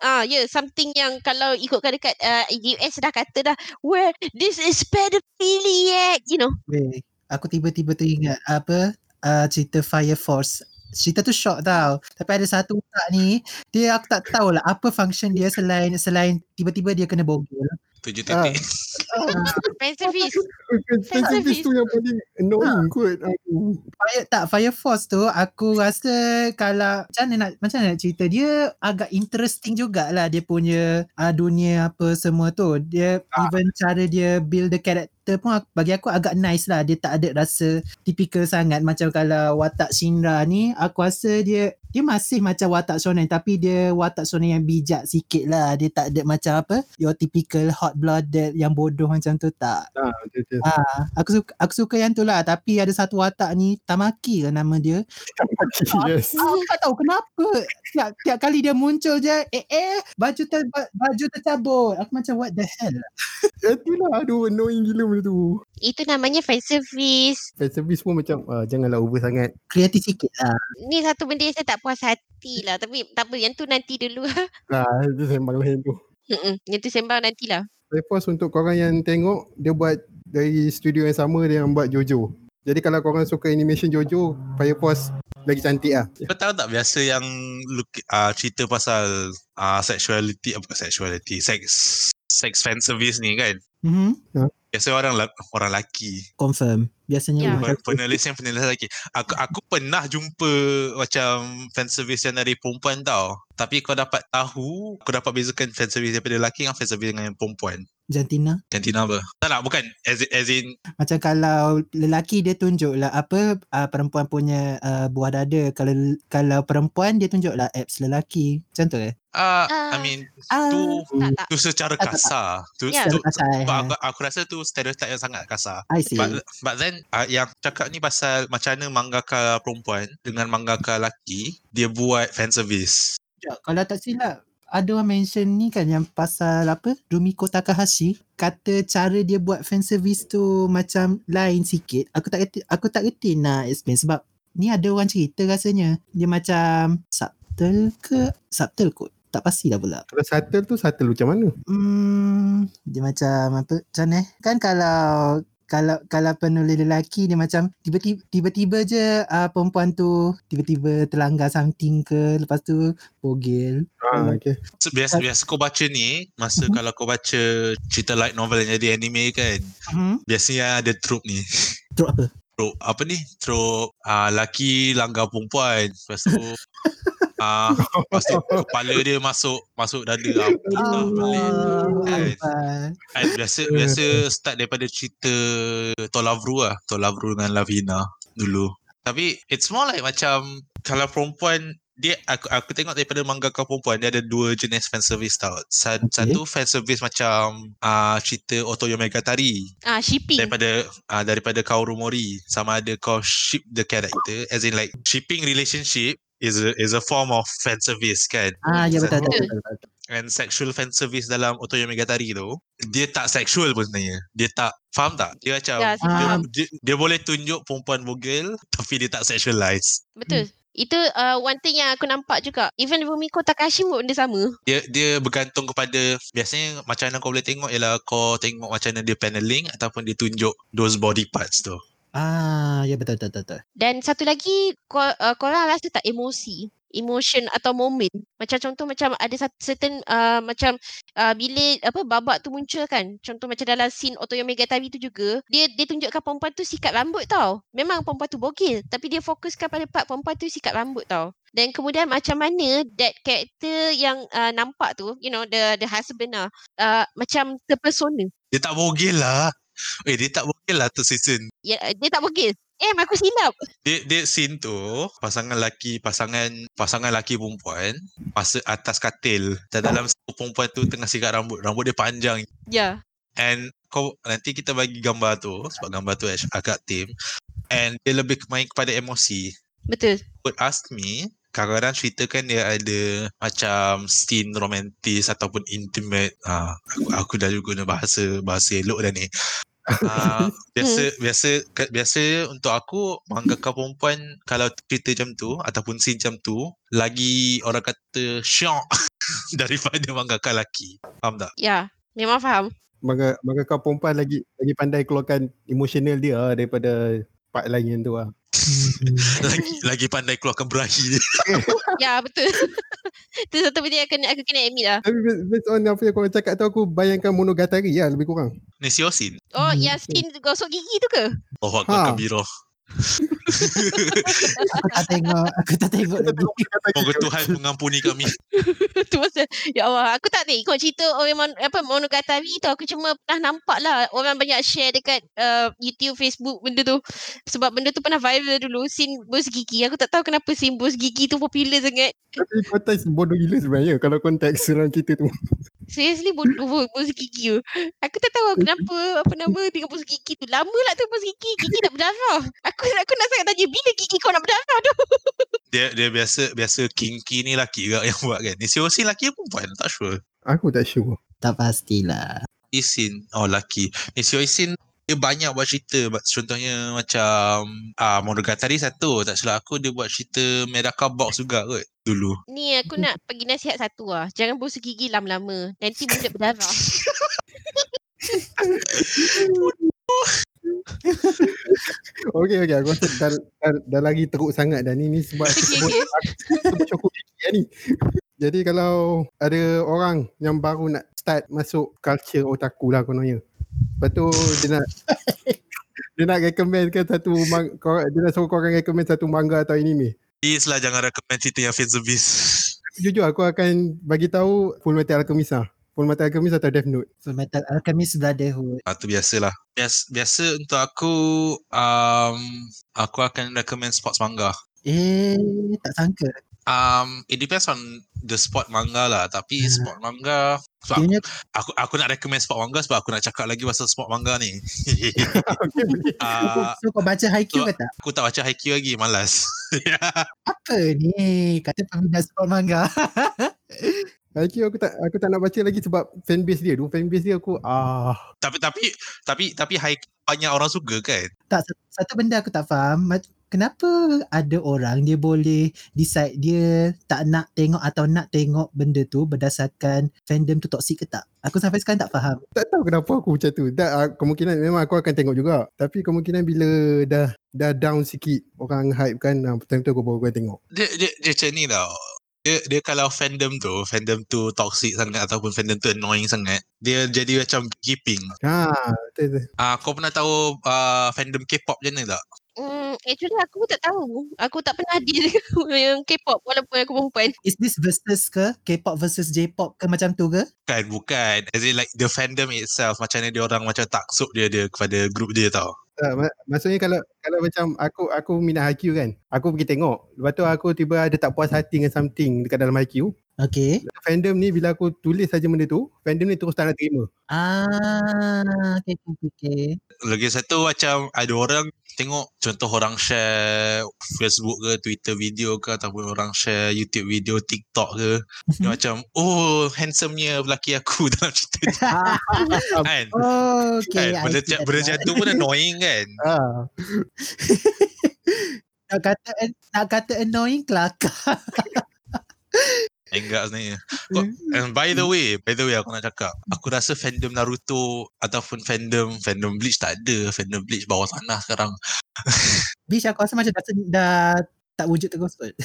D: ah ya yeah, something yang kalau ikutkan dekat uh, US dah kata dah where this is pedophiliac you know
C: Weh, aku tiba-tiba teringat apa uh, cerita Fire Force. Cerita tu shock tau. Tapi ada satu otak ni, dia aku tak tahu lah apa function dia selain selain tiba-tiba dia kena bogel.
B: Tujuh
D: Ah.
B: titik
D: fanservice
A: Fan service tu yang paling annoying kot. Aduh.
C: Fire tak Fire Force tu aku rasa kalau macam mana nak macam mana nak cerita dia agak interesting ah, jugalah dia punya uh, dunia apa semua tu. Dia even cara dia build the character cerita pun aku- bagi aku agak nice lah. Dia tak ada rasa tipikal sangat macam kalau watak Shinra ni aku rasa dia dia masih macam watak shonen tapi dia watak shonen yang bijak sikit lah. Dia tak ada macam apa your typical hot blooded yang bodoh macam tu tak.
A: Ah, betul, betul.
C: Ah, aku suka, aku suka yang tu lah tapi ada satu watak ni Tamaki lah nama dia.
A: yes.
C: Ah, Aku tak tahu kenapa tiap, tiap kali dia muncul je eh eh baju ter, ba- baju tercabut. Aku macam what the hell.
A: Itulah lah, aduh annoying gila benda tu.
D: Itu namanya fan service.
A: Fan service pun macam ah, janganlah over sangat.
C: Kreatif sikit lah.
D: Ni satu benda yang saya tak puas hati lah. Tapi tak apa. Yang tu nanti dulu.
A: Lah itu sembang lain tu.
D: Mm-mm, yang tu sembang nantilah.
A: Saya post untuk korang yang tengok dia buat dari studio yang sama dia yang buat Jojo. Jadi kalau korang suka animation Jojo, Fire Force lagi cantik lah.
B: Kau tahu tak biasa yang look, uh, cerita pasal uh, sexuality, apa sexuality, sex sex fan service ni kan.
C: Mm-hmm.
B: Biasa orang la- orang laki.
C: Confirm. Biasanya
D: Ya.
C: yeah.
B: Pen- Penulis yang penulis laki. Aku aku pernah jumpa macam fan service yang dari perempuan tau. Tapi kau dapat tahu, kau dapat bezakan fan service daripada lelaki dengan fan service dengan perempuan.
C: jantina.
B: Jantina apa? Tak nak, bukan. As in, as in
C: Macam kalau lelaki dia tunjuk lah apa uh, perempuan punya uh, buah dada. Kalau kalau perempuan dia tunjuk lah abs lelaki. Macam tu eh.
B: uh,
D: Ah.
B: I mean,
C: Ah,
B: tu
D: Tak, tak.
B: tu secara
C: tak, tak.
B: kasar. Tu,
D: Ya.
B: tu,
C: secara kasar, eh.
B: sebab aku, aku rasa tu stereotip yang sangat kasar.
C: I see.
B: But, but then uh, yang cakap ni pasal macam mana mangaka perempuan dengan mangaka lelaki dia buat fan service.
C: Sekejap, kalau tak silap ada orang mention ni kan yang pasal apa Rumiko Takahashi kata cara dia buat fan service tu macam lain sikit aku tak reti, aku tak reti nak explain sebab ni ada orang cerita rasanya dia macam subtle ke subtle kot tak pastilah pula
A: Kalau subtle tu subtle macam mana?
C: Hmm, dia macam apa? Macam mana eh? Kan kalau kalau kalau penulis lelaki dia macam tiba-tiba tiba-tiba je uh, perempuan tu tiba-tiba terlanggar something ke lepas tu bogel.
A: Ah, okay.
B: So, biasa biasa kau baca ni masa
C: Mhm.
B: kalau kau baca cerita light novel yang jadi anime kan
C: Hmm.
B: biasanya ada trope ni.
C: Terus apa?
B: Trope apa ni? Trope uh, laki langgar perempuan. Lepas tu uh, lepas tu kepala dia masuk masuk dada apa tak boleh.
C: Allah.
B: Kan, biasa biasa start daripada cerita Tolavru lah. Tolavru dengan Lavina dulu. Tapi it's more like macam kalau perempuan dia aku, aku tengok daripada mangaka perempuan dia ada dua jenis fan service tau. Sa-
C: Okay.
B: Satu fan service macam ah uh, cerita Otoyo Megatari
D: Ah, shipping.
B: daripada uh, daripada kau rumori sama ada kau ship the character as in like shipping relationship is a, is a form of fan service kan
C: Ah, ya betul betul. betul, betul.
B: and sexual fan service dalam Otoyo Megatari tu dia tak sexual pun sebenarnya dia tak faham tak dia macam
D: Ya, saya
B: dia,
D: faham.
B: dia, dia boleh tunjuk perempuan bogel tapi dia tak sexualize
D: Betul. Itu uh, one thing yang aku nampak juga. Even Rumiko Takahashi pun benda sama.
B: dia dia bergantung kepada biasanya macam mana kau boleh tengok ialah kau tengok macam mana dia paneling ataupun dia tunjuk those body parts tu
C: Ah, ya betul betul betul, betul.
D: Dan satu lagi, kor, uh, korang rasa tak emosi? Emotion atau moment. Macam contoh macam ada sat- certain uh, macam uh, bila apa babak tu muncul kan. Contoh macam dalam scene Otoyo Megatari tu juga. Dia dia tunjukkan perempuan tu sikat rambut tau. Memang perempuan tu bogil. Tapi dia fokuskan pada part perempuan tu sikat rambut tau. Dan kemudian macam mana that character yang uh, nampak tu, you know, the the husband lah. Uh, macam terpesona.
B: dia tak bogel lah eh dia tak bogel lah tu season
D: Ya, dia tak bogil. Eh, aku silap.
B: Dia dia scene tu pasangan laki pasangan pasangan laki perempuan masa atas katil dan dalam situ perempuan tu tengah sikat rambut rambut dia panjang
D: Ya. Yeah.
B: and kau nanti kita bagi gambar tu sebab gambar tu ac- agak tim and dia lebih main kepada emosi
D: Betul.
B: would ask me kadang-kadang cerita kan dia ada macam scene romantis ataupun intimate ah aku, aku dah juga guna bahasa bahasa elok dah ni Ah, biasa biasa ke- biasa untuk aku mangaka perempuan kalau cerita macam tu ataupun scene macam tu lagi orang kata syok daripada mangaka lelaki faham tak
D: Ya, memang faham.
A: Maka, maka kau perempuan lagi lagi pandai keluarkan emotional dia ah, daripada part lain yang tu lah.
B: lagi lagi pandai keluarkan berahi dia
D: Ya, betul. Itu satu benda yang kena, aku kena admit lah.
A: Tapi based- based on apa yang korang cakap tu aku bayangkan monogatari lah lebih kurang.
B: Nesiosin
D: Oh,
C: Hmm,
D: yang
C: betul.
D: skin gosok gigi tu ke?
B: Allah
A: Ha.
B: ha. kabirah
C: Aku tak tengok. Aku tak tengok lagi.
B: Moga Tuhan mengampuni kami.
D: tu masa ya Allah aku tak tengok cerita orang mon, apa monogatari tu aku cuma pernah nampak lah orang banyak share dekat uh, YouTube Facebook benda tu sebab benda tu pernah viral dulu scene bos gigi aku tak tahu kenapa scene bos gigi tu popular sangat
A: Tapi konteks bodoh gila sebenarnya kalau konteks dalam cerita tu.
D: seriously bodoh bo- bos gigi tu aku tak tahu kenapa apa nama dengan bos gigi tu lama lah tu bos gigi gigi nak berdarah aku aku nak sangat tanya bila gigi kau nak berdarah tu
B: Dia dia biasa biasa kinky ni laki juga yang buat kan. Ni COC laki ke perempuan? Tak sure.
A: Aku tak sure.
C: tak pastilah.
B: Isin Oh laki Ni Seo Isin Dia banyak buat cerita Ba- Contohnya macam ah Monogatari satu Tak salah aku Dia buat cerita Medaka Box juga kot Dulu
D: ni aku nak bagi nasihat satu lah jangan busuk gigi lama-lama nanti mulut berdarah
A: Okay, okay. Aku rasa dah, dah, dah lagi teruk sangat dah ni. Ni sebab aku
D: Okey,
A: sebut,
D: okey.
A: aku sebut cukup gigi dah ni. Jadi kalau ada orang yang baru nak start masuk culture otaku lah kononnya. Lepas tu dia nak dia nak recommendkan satu mang, kor- dia nak suruh korang recommend satu manga atau anime.
B: Please lah jangan recommend cerita yang fan service
A: Jujur aku akan bagi tahu Full Metal Alchemist lah. Full Metal Alchemist atau Death Note.
C: So Metal ah, Alchemist Brotherhood.
B: ah, tu biasalah Bias, Biasa untuk aku um, Aku akan recommend sports manga
C: Eh, tak sangka.
B: um, It depends on the sport manga lah Tapi
C: Hmm.
B: sport manga sebab
C: Kayaknya
B: aku, aku nak recommend sport manga Sebab aku nak cakap lagi pasal sport manga ni
A: okay, okay.
B: uh,
C: so kau baca
B: so-
C: Haikyuu ke tak?
B: Aku tak baca Haikyuu lagi Malas
C: Apa ni? Kata peminat sport manga.
A: Haikyuu aku tak aku tak nak baca lagi sebab fanbase dia. Dulu fanbase dia aku ah
B: Tapi tapi tapi tapi Haikyuu banyak orang suka kan?
C: tak satu- satu benda aku tak faham Mat- kenapa ada orang dia boleh decide dia tak nak tengok atau nak tengok benda tu berdasarkan fandom tu toksik ke tak aku sampai sekarang tak faham
A: tak tahu kenapa aku macam tu. Tak ah, kemungkinan memang aku akan tengok juga. Tapi kemungkinan bila dah dah down sikit orang hype kan ah, time tu aku baru akan tengok.
B: Dia dia, dia macam ni tau. Dia, dia kalau fandom tu, fandom tu toxic sangat ataupun fandom tu annoying sangat, dia jadi macam gatekeeping.
A: Ha betul tu.
B: Ah uh, kau pernah tahu uh, fandom K-pop macam mana tak?
D: Hmm, actually aku pun tak tahu. Aku tak pernah deal dengan yang K-pop walaupun aku perempuan.
C: is this versus ke K-pop versus J-pop ke macam tu ke
B: Bukan, bukan. As in like the fandom itself macam ni dia orang macam taksub dia dia kepada grup dia tau.
A: Tak, mak- maksudnya kalau kalau macam aku aku minat Haikyuu kan. Aku pergi tengok. Lepas tu aku tiba ada tak puas hati dengan something dekat dalam Haikyuu.
C: okay
A: Fandom ni bila aku tulis saja benda tu, fandom ni terus tak nak terima.
C: ah okay, okay, okay, okay.
B: Lagi satu macam ada orang tengok contoh orang share Facebook ke Twitter video ke ataupun orang share YouTube video TikTok ke
C: Mhm.
B: dia macam oh handsomenya lelaki aku dalam cerita ni kan kan
C: oh, okay I
B: benda,
C: see
B: ca-
C: that
B: benda
C: one.
B: macam tu pun annoying kan
A: Ah,
C: nak kata nak kata annoying kelakar
B: enggak sebenarnya Kau- and by
C: Mm.
B: the way by the way aku nak cakap aku rasa fandom Naruto ataupun fandom fandom Bleach tak ada fandom Bleach bawah tanah sekarang
C: Bish aku rasa macam dah, dah tak wujud terus kot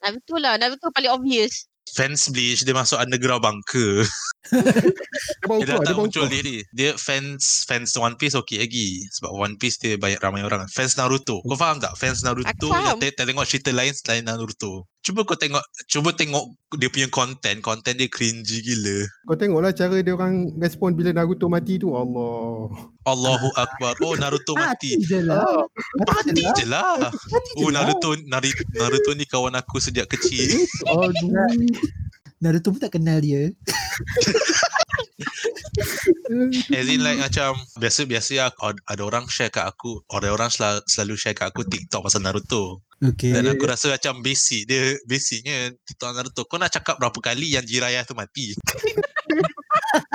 D: Naruto lah. Naruto paling obvious.
B: fans Bleach dia masuk underground bunker
A: dia baru keluar,
B: Dia dah
A: dia
B: tak
A: baru
B: muncul
A: keluar.
B: diri. Dia fans fans One Piece okey lagi sebab One Piece dia banyak ramai orang. Fans Naruto. Kau faham tak? Fans Naruto
D: faham.
B: yang te- tak tengok cerita lain selain Naruto. Cuba kau tengok cuba tengok dia punya content. Content dia cringy gila.
A: Kau tengoklah cara dia orang respon bila Naruto mati tu. Allah.
B: Allahu akbar. Oh Naruto mati.
C: je lah
B: Mati je lah.
C: Mati je
B: Oh
C: lah.
B: Naruto Nari- Naruto ni kawan aku sejak kecil.
A: Aduh.
C: Oh, Naruto pun tak kenal dia
B: As in like macam biasa-biasa aku- ada orang share kat aku, ada orang selalu, selalu share kat aku TikTok pasal Naruto.
C: Okay.
B: Dan aku rasa macam basic dia Basicnya Tuan Naruto Kau nak cakap berapa kali Yang Jiraiya tu mati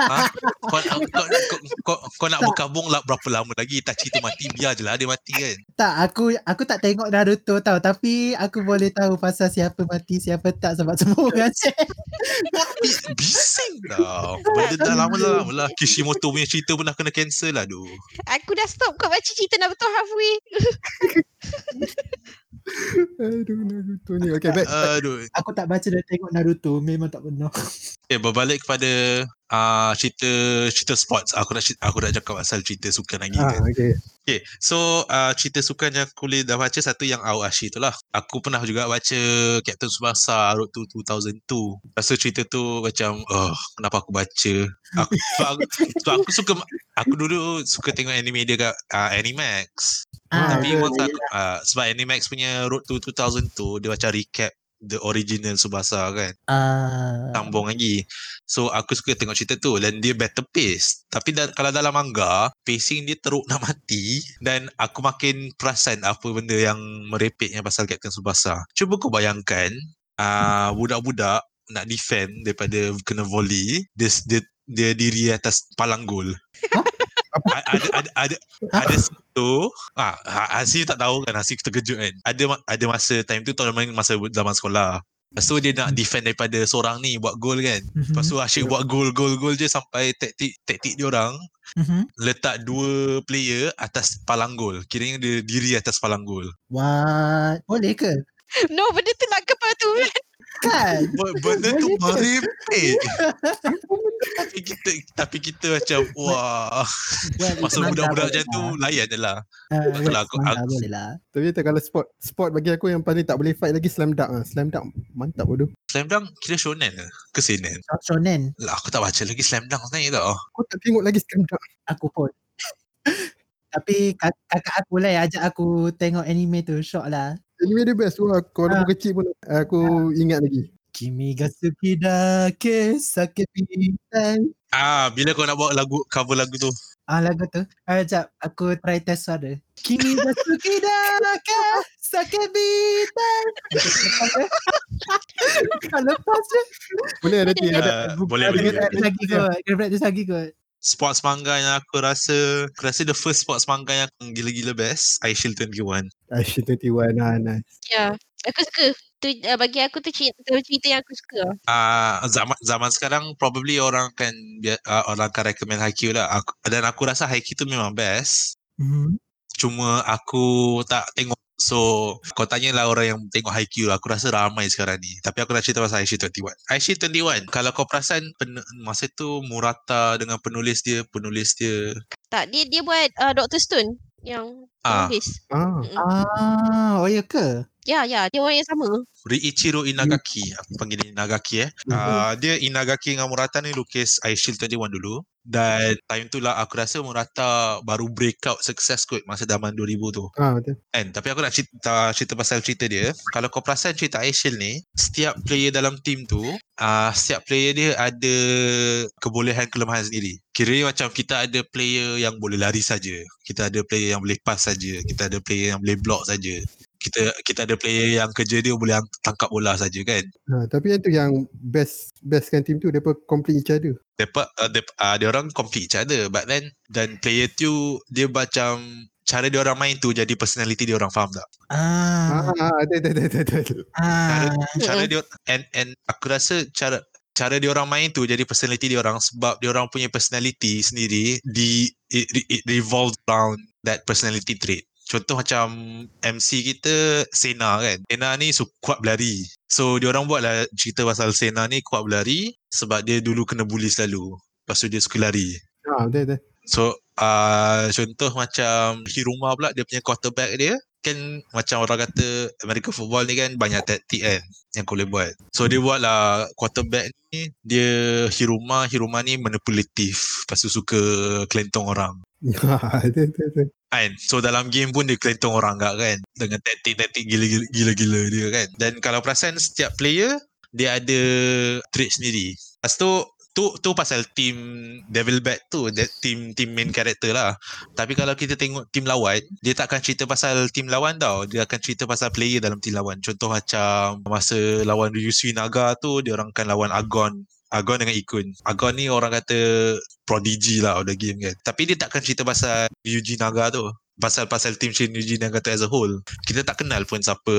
B: ha? kau, kau, kau, kau, kau nak berkabung lah Berapa lama lagi Itachi tu mati Biar je lah dia mati kan
C: Tak, aku aku tak tengok Naruto tau. Tapi aku boleh tahu pasal siapa mati, siapa tak sebab semua orang share.
B: Bi- Bising tau Benda dah lama-lama lah Kishimoto punya cerita pun dah kena cancel lah tu
D: Aku dah stop kau baca cerita Naruto halfway.
A: Aduh Naruto ni. Okay, back.
B: Aduh
C: Aku tak baca dan tengok Naruto. Memang tak pernah.
B: Okay, Eh, berbalik kepada uh, cerita cerita sports. Aku nak cerita- aku nak cakap pasal cerita sukan lagi.
A: Ah,
B: Ah.
A: okay.
B: Okay, so uh, cerita sukan yang aku boleh dah baca satu yang Awashi tu lah. Aku pernah juga baca Captain Tsubasa Road to 2002. Rasa cerita tu macam, oh, kenapa aku baca? Aku, sebab, aku, sebab aku suka, aku dulu suka tengok anime dia kat uh, Animax.
A: Ah,
B: Tapi
A: betul.
B: once aku, uh, sebab Animax punya Road to 2000 tu dia macam recap the original Subasa kan.
C: Ah.
B: Sambung lagi. So aku suka tengok cerita tu dan dia better pace. Tapi da- kalau dalam manga, pacing dia teruk nak mati dan aku makin perasan apa benda yang merepek yang pasal Captain Subasa. Cuba kau bayangkan uh, budak-budak nak defend daripada kena volley dia, dia dia diri atas palang gol. A- ada ada ada ada situ ah ha, Hasif tak tahu kan Hasif terkejut kan ada ma- ada masa time tu tahun main masa zaman sekolah Lepas tu dia nak defend daripada seorang ni buat gol kan.
C: mhm,
B: Lepas tu Asyik buat gol gol gol je sampai taktik taktik dia orang
C: Mhm.
B: letak dua player atas palang gol. Kiranya dia diri atas palang gol.
C: What? Boleh ke?
D: No, benda tu nak kepala tu. kan?
C: Kan?
B: B- Benda tu merepek. tapi kita tapi kita macam wah
C: Well, it's
B: masa
C: manga,
B: budak-budak
C: boleh
B: macam tu
C: lah.
B: layan je lah. Betul
C: Ah, well,
B: lah,
C: it's
B: aku-
C: manga,
B: aku-
C: Boleh lah.
A: Tapi tak kalau sport sport bagi aku yang paling tak boleh fight lagi slam dunk ah. Slam dunk mantap bodoh.
B: Slam Dunk kira shonen ke? Ke seinen?
C: Sh- Shonen.
B: Lah aku tak baca lagi Slam Dunk sebenarnya tau.
A: Aku tak tengok lagi slam dunk.
C: Aku pun. Tapi kak- kakak aku lah yang ajak aku tengok anime tu. Shock lah.
A: Anime dia best tu aku
C: Ah.
A: ha. kecil pun aku ingat lagi.
C: Kimi ga suki da ke sakebi dai.
B: Ah, bila kau nak buat lagu cover lagu tu.
C: Ah lagu tu. Ah jap aku try test suara. Kimi ga suki da ke sakebi dai. Kau lepas je.
A: Boleh nanti
D: Ada-
A: ada
B: Uh, boleh
C: Kena
B: boleh.
C: practice lagi kot. Kena practice lagi kot.
B: Sports manga yang aku rasa, aku rasa the first sports manga yang aku gila-gila best, I Shield 21.
A: Aish 21 ah, nice.
D: Ya. Aku suka. Tu, uh, bagi aku tu cerita, tu cerita yang aku suka.
B: Ah, zaman zaman sekarang probably orang akan bia- ah, orang akan recommend Haikyuu lah. Aku, dan aku rasa Haikyuu tu memang best.
C: Mhm.
B: Cuma aku tak tengok So kau tanyalah orang yang tengok Haikyuu Aku rasa ramai sekarang ni Tapi aku nak cerita pasal Aishi 21 Aishi 21 Kalau kau perasan pen- Masa tu Murata dengan penulis dia Penulis dia
D: Tak, dia dia buat uh, Dr. Stone yang
B: Ah.
D: tulis.
A: Ah,
C: Ah, oh ya ke?
D: Ya, ya. Dia orang yang sama.
B: Riichiro Inagaki Aku panggil dia Inagaki eh Ah, Dia Inagaki dengan Murata ni Lukis Aishil 21 dulu Dan time tu lah Aku rasa Murata Baru break out Sukses kot Masa zaman 2000 tu
A: ah betul.
B: Kan Tapi aku nak cerita Cerita pasal cerita dia Kalau kau perasan cerita Aishil ni Setiap player dalam team tu uh, Setiap player dia ada Kebolehan kelemahan sendiri Kiranya macam kita ada player Yang boleh lari saja Kita ada player yang boleh pass saja Kita ada player yang boleh block saja kita kita ada player yang kerja dia boleh ang- tangkap bola saja kan.
A: Ha, tapi yang tu yang best bestkan team tu depa complete each other.
B: Depa uh, depa, uh, dia orang compete each other but then dan player tu dia macam cara dia orang main tu jadi personality dia orang faham tak?
A: Ah,
C: Ah,
A: ah ada ada ada ada. ada.
C: ah.
B: cara dia and and aku rasa cara cara dia orang main tu jadi personality dia orang sebab dia orang punya personality sendiri di it, it revolves around that personality trait. Contoh macam MC kita Sena kan. Sena ni su- kuat berlari. So dia orang buatlah cerita pasal Sena ni kuat berlari sebab dia dulu kena bully selalu. Lepas tu dia suka lari.
A: Ah, ada ada.
B: So uh, contoh macam Hiruma pula dia punya quarterback dia kan macam orang kata American football ni kan banyak taktik kan yang kau boleh buat. So dia buat lah quarterback ni dia Hiruma Hiruma ni manipulative lepas tu suka kelentong orang.
A: Ah, ada ada ada.
B: Kan? So dalam game pun dia kelentong orang gak kan dengan taktik-taktik gila-gila- gila-gila dia kan. Dan kalau perasan setiap player dia ada trait sendiri. Lepas tu tu tu pasal team Devil Bat tu that team team main character lah. Tapi kalau kita tengok team lawan, dia tak akan cerita pasal team lawan tau. Dia akan cerita pasal player dalam team lawan. Contoh macam masa lawan Ryusui Naga tu dia orang akan lawan Agon Agon dengan Ikun. Agon ni orang kata prodigy lah of the game kan. Tapi dia takkan cerita pasal Yuji Naga tu. Pasal pasal tim Shin Yuji Naga tu as a whole. Kita tak kenal pun siapa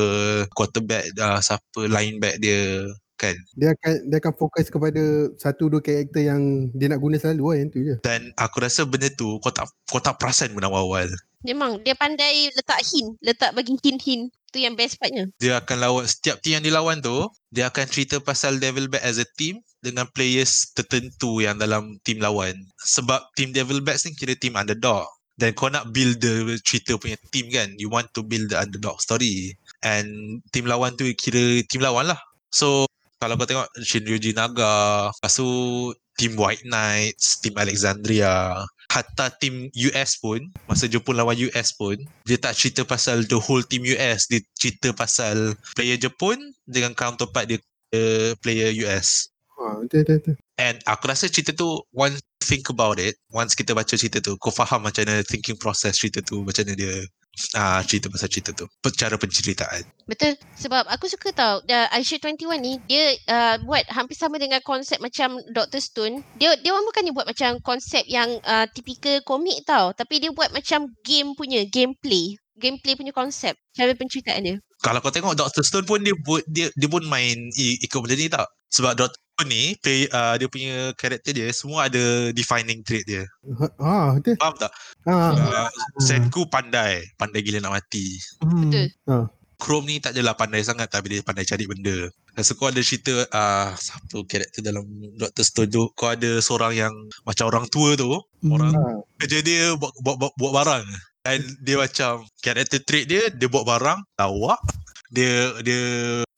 B: quarterback, uh, siapa ah, lineback dia. kan
A: Dia akan dia akan fokus kepada satu dua karakter yang dia nak guna selalu lah yang tu je.
B: dan aku rasa benda tu kau tak kau tak perasan pun awal-awal
D: Memang dia pandai letak hint, letak bagi hint-hint. Tu yang best partnya.
B: dia akan lawan setiap team yang dilawan tu dia akan cerita pasal Devil Bat as a team dengan players tertentu yang dalam team lawan sebab team Devil Bats ni kira team underdog dan kau nak build the cerita punya team kan you want to build the underdog story and team lawan tu kira team lawan lah so kalau kau tengok Shinryuji Naga lepas tu team White Knights team Alexandria hatta team US pun masa Jepun lawan US pun dia tak cerita pasal the whole team US dia cerita pasal player Jepun dengan counterpart dia uh, player US
A: Ha, betul betul. betul.
B: and aku rasa cerita tu once think about it once kita baca cerita tu kau faham macam mana thinking process cerita tu macam mana dia ah uh, cerita pasal cerita tu pe- cara penceritaan
D: Betul. Sebab aku suka tau uh, Aisha 21 ni dia uh, buat hampir sama dengan konsep macam Dr. Stone. Dia dia orang bukan dia buat macam konsep yang uh, tipikal komik tau, tapi dia buat macam game punya, gameplay. Gameplay punya konsep. Cara penceritaan dia.
B: kalau kau tengok Dr. Stone pun dia buat dia dia pun main i- ikut benda ni tak sebab Dr. Stone ni play, uh, dia punya karakter dia semua ada defining trait dia
A: Ha, ha betul.
B: faham tak
A: Ha.
B: uh, Senku pandai pandai gila nak mati
C: Hmm.
D: Betul.
B: Chrome ni tak adalah pandai sangat tapi dia pandai cari benda. Rasa kau ada cerita ah uh, siapa karakter dalam Doctor Stone tu kau ada seorang yang macam orang tua tu
C: Hmm.
B: Orang-
A: Ha.
B: kerja dia buat buat, buat, buat barang dan dia macam karakter trait dia dia buat barang lawak dia dia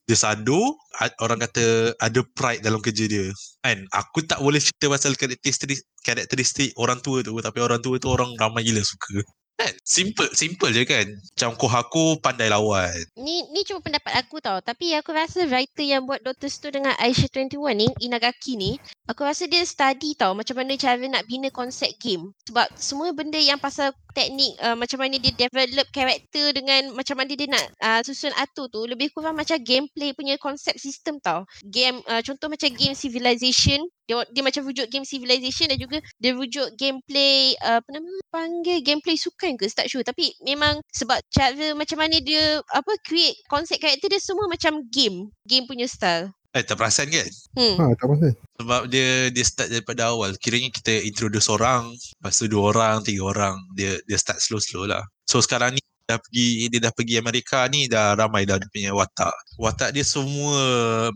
B: dia sado a- orang kata ada pride dalam kerja dia kan aku tak boleh cerita pasal karakteristik karakteristik orang tua tu tapi orang tua tu orang ramai gila suka kan simple simple je kan macam kohaku pandai lawan
D: Ni ni cuma pendapat aku tau, tapi aku rasa writer yang buat Dr. Stone dengan Aisha 21 ni, Inagaki ni, aku rasa dia study tau macam mana cara nak bina konsep game. Sebab semua benda yang pasal teknik uh, macam mana dia develop karakter dengan macam mana dia nak uh, susun atur tu lebih kurang macam gameplay punya konsep sistem tau. Game uh, contoh macam game Civilization, dia dia macam rujuk game Civilization dan juga dia rujuk gameplay uh, apa nama panggil gameplay sukan ke tak sure tapi memang sebab cara macam mana dia apa create konsep karakter dia semua macam game game punya style
B: eh tak perasan kan
D: hmm
A: Ha, tak pasal.
B: Sebab dia dia start daripada awal. Kiranya kita introduce orang, lepas tu dua orang, tiga orang. Dia dia start slow-slow lah. So sekarang ni dah pergi dia dah pergi Amerika ni dah ramai dah dia punya watak. Watak dia semua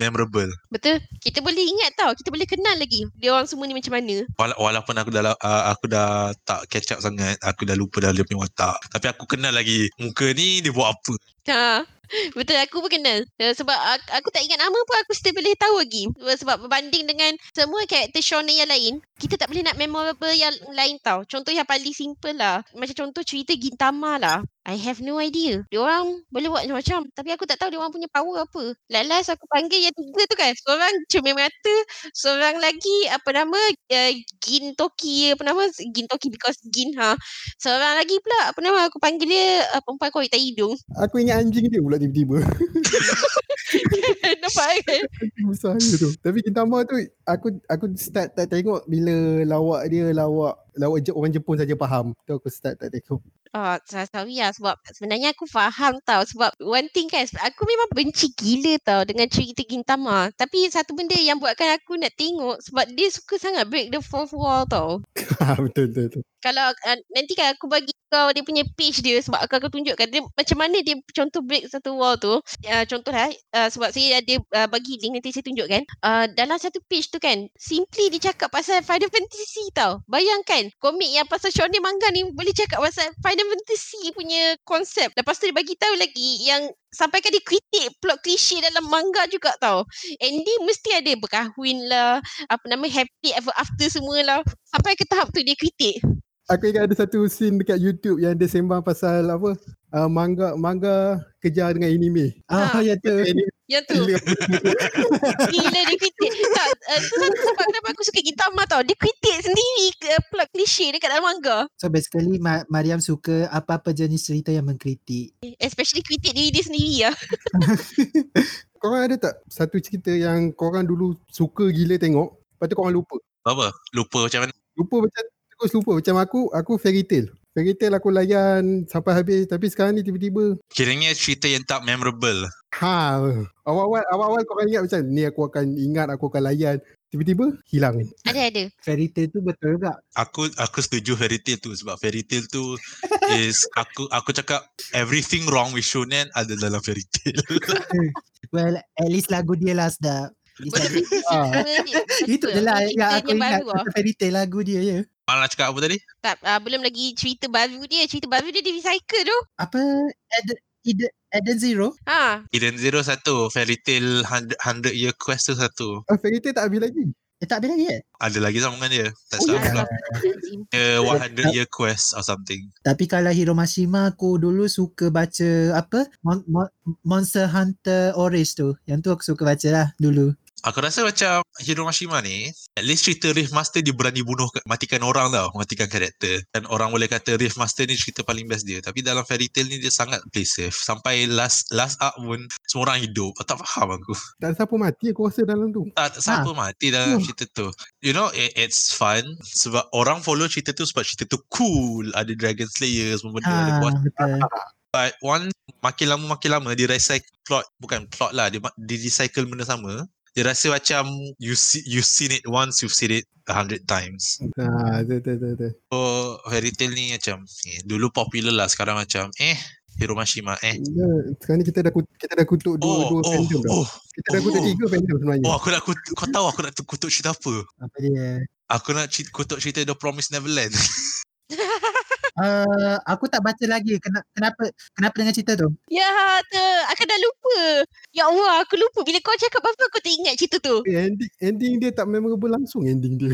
B: memorable.
D: betul kita boleh ingat tau kita boleh kenal lagi dia orang semua ni macam mana
B: Wala- walaupun aku dah la- uh, aku dah tak catch up sangat, aku dah lupa dah dia punya watak. Tapi aku kenal lagi muka ni dia buat apa.
D: ha betul aku pun kenal Eh, sebab aku, aku tak ingat nama pun aku still boleh tahu lagi sebab berbanding dengan semua karakter shonen yang lain kita tak boleh nak memorable yang lain tau contoh yang paling simple lah macam contoh cerita Gintama lah I have no idea. Diorang boleh buat macam-macam. Tapi aku tak tahu diorang punya power apa. Last-last aku panggil yang tiga tu kan. Seorang cermin mata. Seorang lagi apa nama. Uh, Gin Toki. Apa nama. Gin Toki because Gin. ha. Seorang lagi pula. Apa nama aku panggil dia. Uh, perempuan korek tak hidung.
A: Aku ingat anjing dia pula tiba-tiba.
D: Nampak kan?
A: Anjing besar dia tu. Tapi Gintama tu aku aku start tak tengok bila lawak dia lawak lawak je, orang Jepun saja faham. Tu aku start tak tengok.
D: Oh, saya sorry lah sebab sebenarnya aku faham tau sebab one thing kan sebab aku memang benci gila tau dengan cerita Gintama tapi satu benda yang buatkan aku nak tengok sebab dia suka sangat break the fourth wall tau
A: Ha, betul betul betul.
D: kalau uh, nanti kan aku bagi kau dia punya page dia sebab aku akan tunjukkan dia macam mana dia contoh break satu wall tu uh, contohlah uh, sebab saya ada uh, bagi link nanti saya tunjukkan uh, dalam satu page tu kan simply dia cakap pasal Final Fantasy tau bayangkan komik yang pasal shonen manga ni boleh cakap pasal Final Fantasy punya konsep lepas tu dia bagi tahu lagi yang sampai kan dia kritik plot klise dalam manga juga tau ending mesti ada berkahwin lah apa nama happy ever after semua lah sampai ke tahap tu dia kritik
A: Aku ingat ada satu scene dekat YouTube yang dia sembang pasal apa? Uh, manga manga kejar dengan anime.
C: Ah, ya tu.
A: Anime
D: Yang tu Gila dia kritik tak, uh, Itu satu sebab kenapa aku suka Gintama tau Dia kritik sendiri uh, Plot klise dekat dalam manga
C: So basically Ma- Mariam suka apa-apa jenis cerita yang mengkritik.
D: Especially kritik diri dia sendiri lah
A: Korang ada tak satu cerita yang korang dulu suka gila tengok, lepas tu korang lupa?
B: Apa? Lupa macam mana.
A: Lupa macam terus lupa macam aku aku fairy tale. Fairy tale aku layan sampai habis tapi sekarang ni tiba-tiba
B: Kiranya cerita yang tak memorable.
A: Ha. Awal-awal awal-awal kau ingat macam ni aku akan ingat aku akan layan. Tiba-tiba hilang. Eh,
D: Ada ada.
C: Fairy tale tu betul tak?
B: Aku aku setuju fairy tale tu sebab fairy tale tu is aku aku cakap everything wrong with shonen ada dalam fairy tale.
C: Well, at least lagu dia lah sedap. At
D: Oh,
C: least lagu-
A: Ha.
C: Ah. Itu je lah yang aku ingat
D: baru, lah.
C: pasal fairy tale lagu dia ya.
B: Mana nak cakap apa tadi?
D: tak, uh, Belum lagi cerita baru dia Cerita baru dia di recycle tu
C: Apa? Eden, Eden, Eden Zero?
D: ha.
B: Eden Zero satu, Fairy Tail 100, 100 Year Quest tu satu.
A: Ah, fairy tale tak habis lagi.
C: Eh, tak ada lagi eh?
B: Ada lagi sambungan dia. Tak
A: Oh, ya
B: salah aku lah. Dia 100 Year Quest or something.
C: Tapi kalau Hiromashima aku dulu suka baca apa Mon- Mon- Monster Hunter Orange tu. Yang tu aku suka baca lah dulu.
B: Aku rasa macam Hiromashima ni, at least cerita Rift Master dia berani bunuh, matikan orang tau, matikan karakter. Dan orang boleh kata Rift Master ni cerita paling best dia. Tapi dalam Fairy Tail ni dia sangat play safe. Sampai last last arc pun semua orang hidup. Aku tak faham aku.
A: Tak ada siapa mati aku rasa dalam tu.
B: Ah, tak siapa
A: Ah.
B: mati
A: Hmm.
B: dalam cerita tu. You know, it, it's fun sebab orang follow cerita tu sebab cerita tu cool. Ada Dragon Slayer, semua benda, ada
A: Ah.
C: Ha,
B: kuasa.
C: betul.
B: But once makin lama makin lama dia recycle plot bukan plot lah dia, ma- dia recycle benda sama. Dia rasa macam you see, you seen it once, you've seen it a hundred times.
A: Ha, tu tu tu tu.
B: So fairy tale ni macam eh, dulu popular lah sekarang macam eh Hiromashima eh.
A: Ya, Sekarang ni kita dah kut- kita dah kutuk dua
B: Oh,
A: dua
B: oh,
A: fandom dah.
B: oh, oh,
A: Kita dah kutuk
B: oh.
A: tiga fandom sebenarnya.
B: aku nak kutuk, kau tahu aku nak kutuk cerita apa?
C: Apa dia?
B: Aku nak cit- kutuk cerita The Promised Neverland.
C: Uh, aku tak baca lagi. Kena, kenapa kenapa dengan cerita tu?
D: Ya tu Aku dah lupa Ya Allah aku lupa Bila kau cakap apa Aku tak ingat cerita tu
A: Eh, Ending ending dia tak memorable langsung ending dia.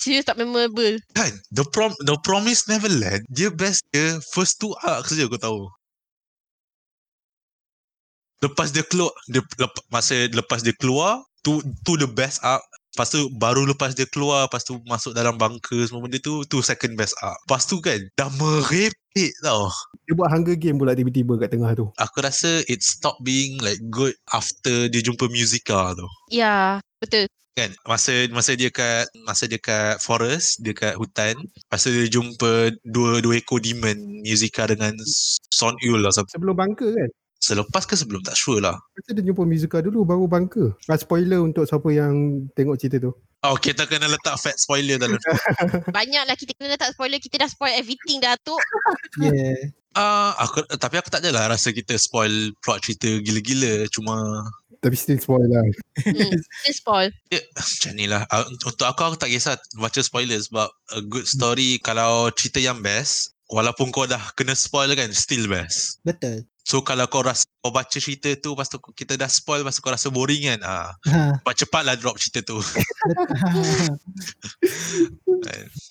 D: Serius tak memorable
B: Kan The Prom The Promise Neverland Dia best dia First two arcs je kau tahu Lepas dia keluar dia, lep, Masa lepas dia keluar Tu tu the best arc Lepas tu baru lepas dia keluar Lepas tu masuk dalam bunker Semua benda tu Tu second best arc Lepas tu kan Dah merepek tau
A: Dia buat Hunger Game pula tiba-tiba kat tengah tu.
B: Aku rasa It stopped being like good After dia jumpa Musica tu
D: Ya Betul
B: kan masa masa dia kat masa dia kat forest dia kat hutan lepas tu dia jumpa dua dua ekor demon Musica dengan Son Yul lah se-
A: Sebelum bangka kan.
B: selepas ke sebelum tak sure lah
A: Masa dia jumpa Mizuka dulu baru bangka. Ah, spoiler untuk siapa yang tengok cerita tu.
B: Oh, kita kena letak fat spoiler dalam
D: Banyaklah kita kena tak spoiler Kita dah spoil everything dah Atuk
C: Yeah.
B: Ah, aku tapi aku tak adalah rasa kita spoil plot cerita gila-gila cuma
A: Tapi still spoil lah.
D: hmm, Kita spoil
B: dia, macam ni lah Ah, un- untuk aku aku tak kisah baca spoiler sebab a good story kalau cerita yang best walaupun kau dah kena spoil kan still best
C: Betul.
B: So kalau kau rasa kau baca cerita tu lepas tu kau- kita dah spoil lepas tu kau rasa boring kan. Ah,
C: Ha,
B: cepat cepatlah drop cerita tu.
C: betul.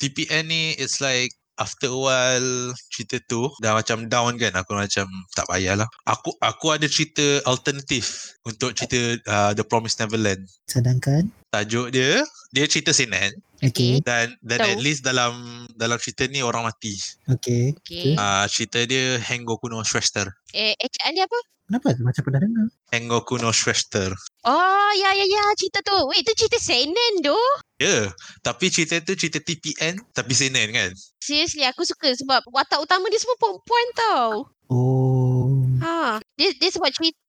B: TPN ni it's like after a while cerita tu dah macam down kan aku macam tak payahlah. Aku aku ada cerita alternatif untuk cerita uh, The Promised Neverland.
C: Sedangkan
B: Tajuk dia dia cerita Sinan
C: Okay,
B: dan dan
D: Tahu.
B: at least dalam dalam cerita ni orang mati.
C: okay.
D: Okay
B: Ah uh, cerita dia Hengoku no Shrester.
D: Eh ejaan dia apa
C: Kenapa aku macam pernah dengar?
B: Hengoku no Shrester.
D: Oh ya ya ya Cerita tu Wait tu cerita Senen tu
B: Ya, yeah. tapi cerita tu cerita TPN tapi Sinan kan.
D: Seriously aku suka sebab watak utama dia semua perempuan tau.
C: Oh.
D: Ha, dia dia sebab cerita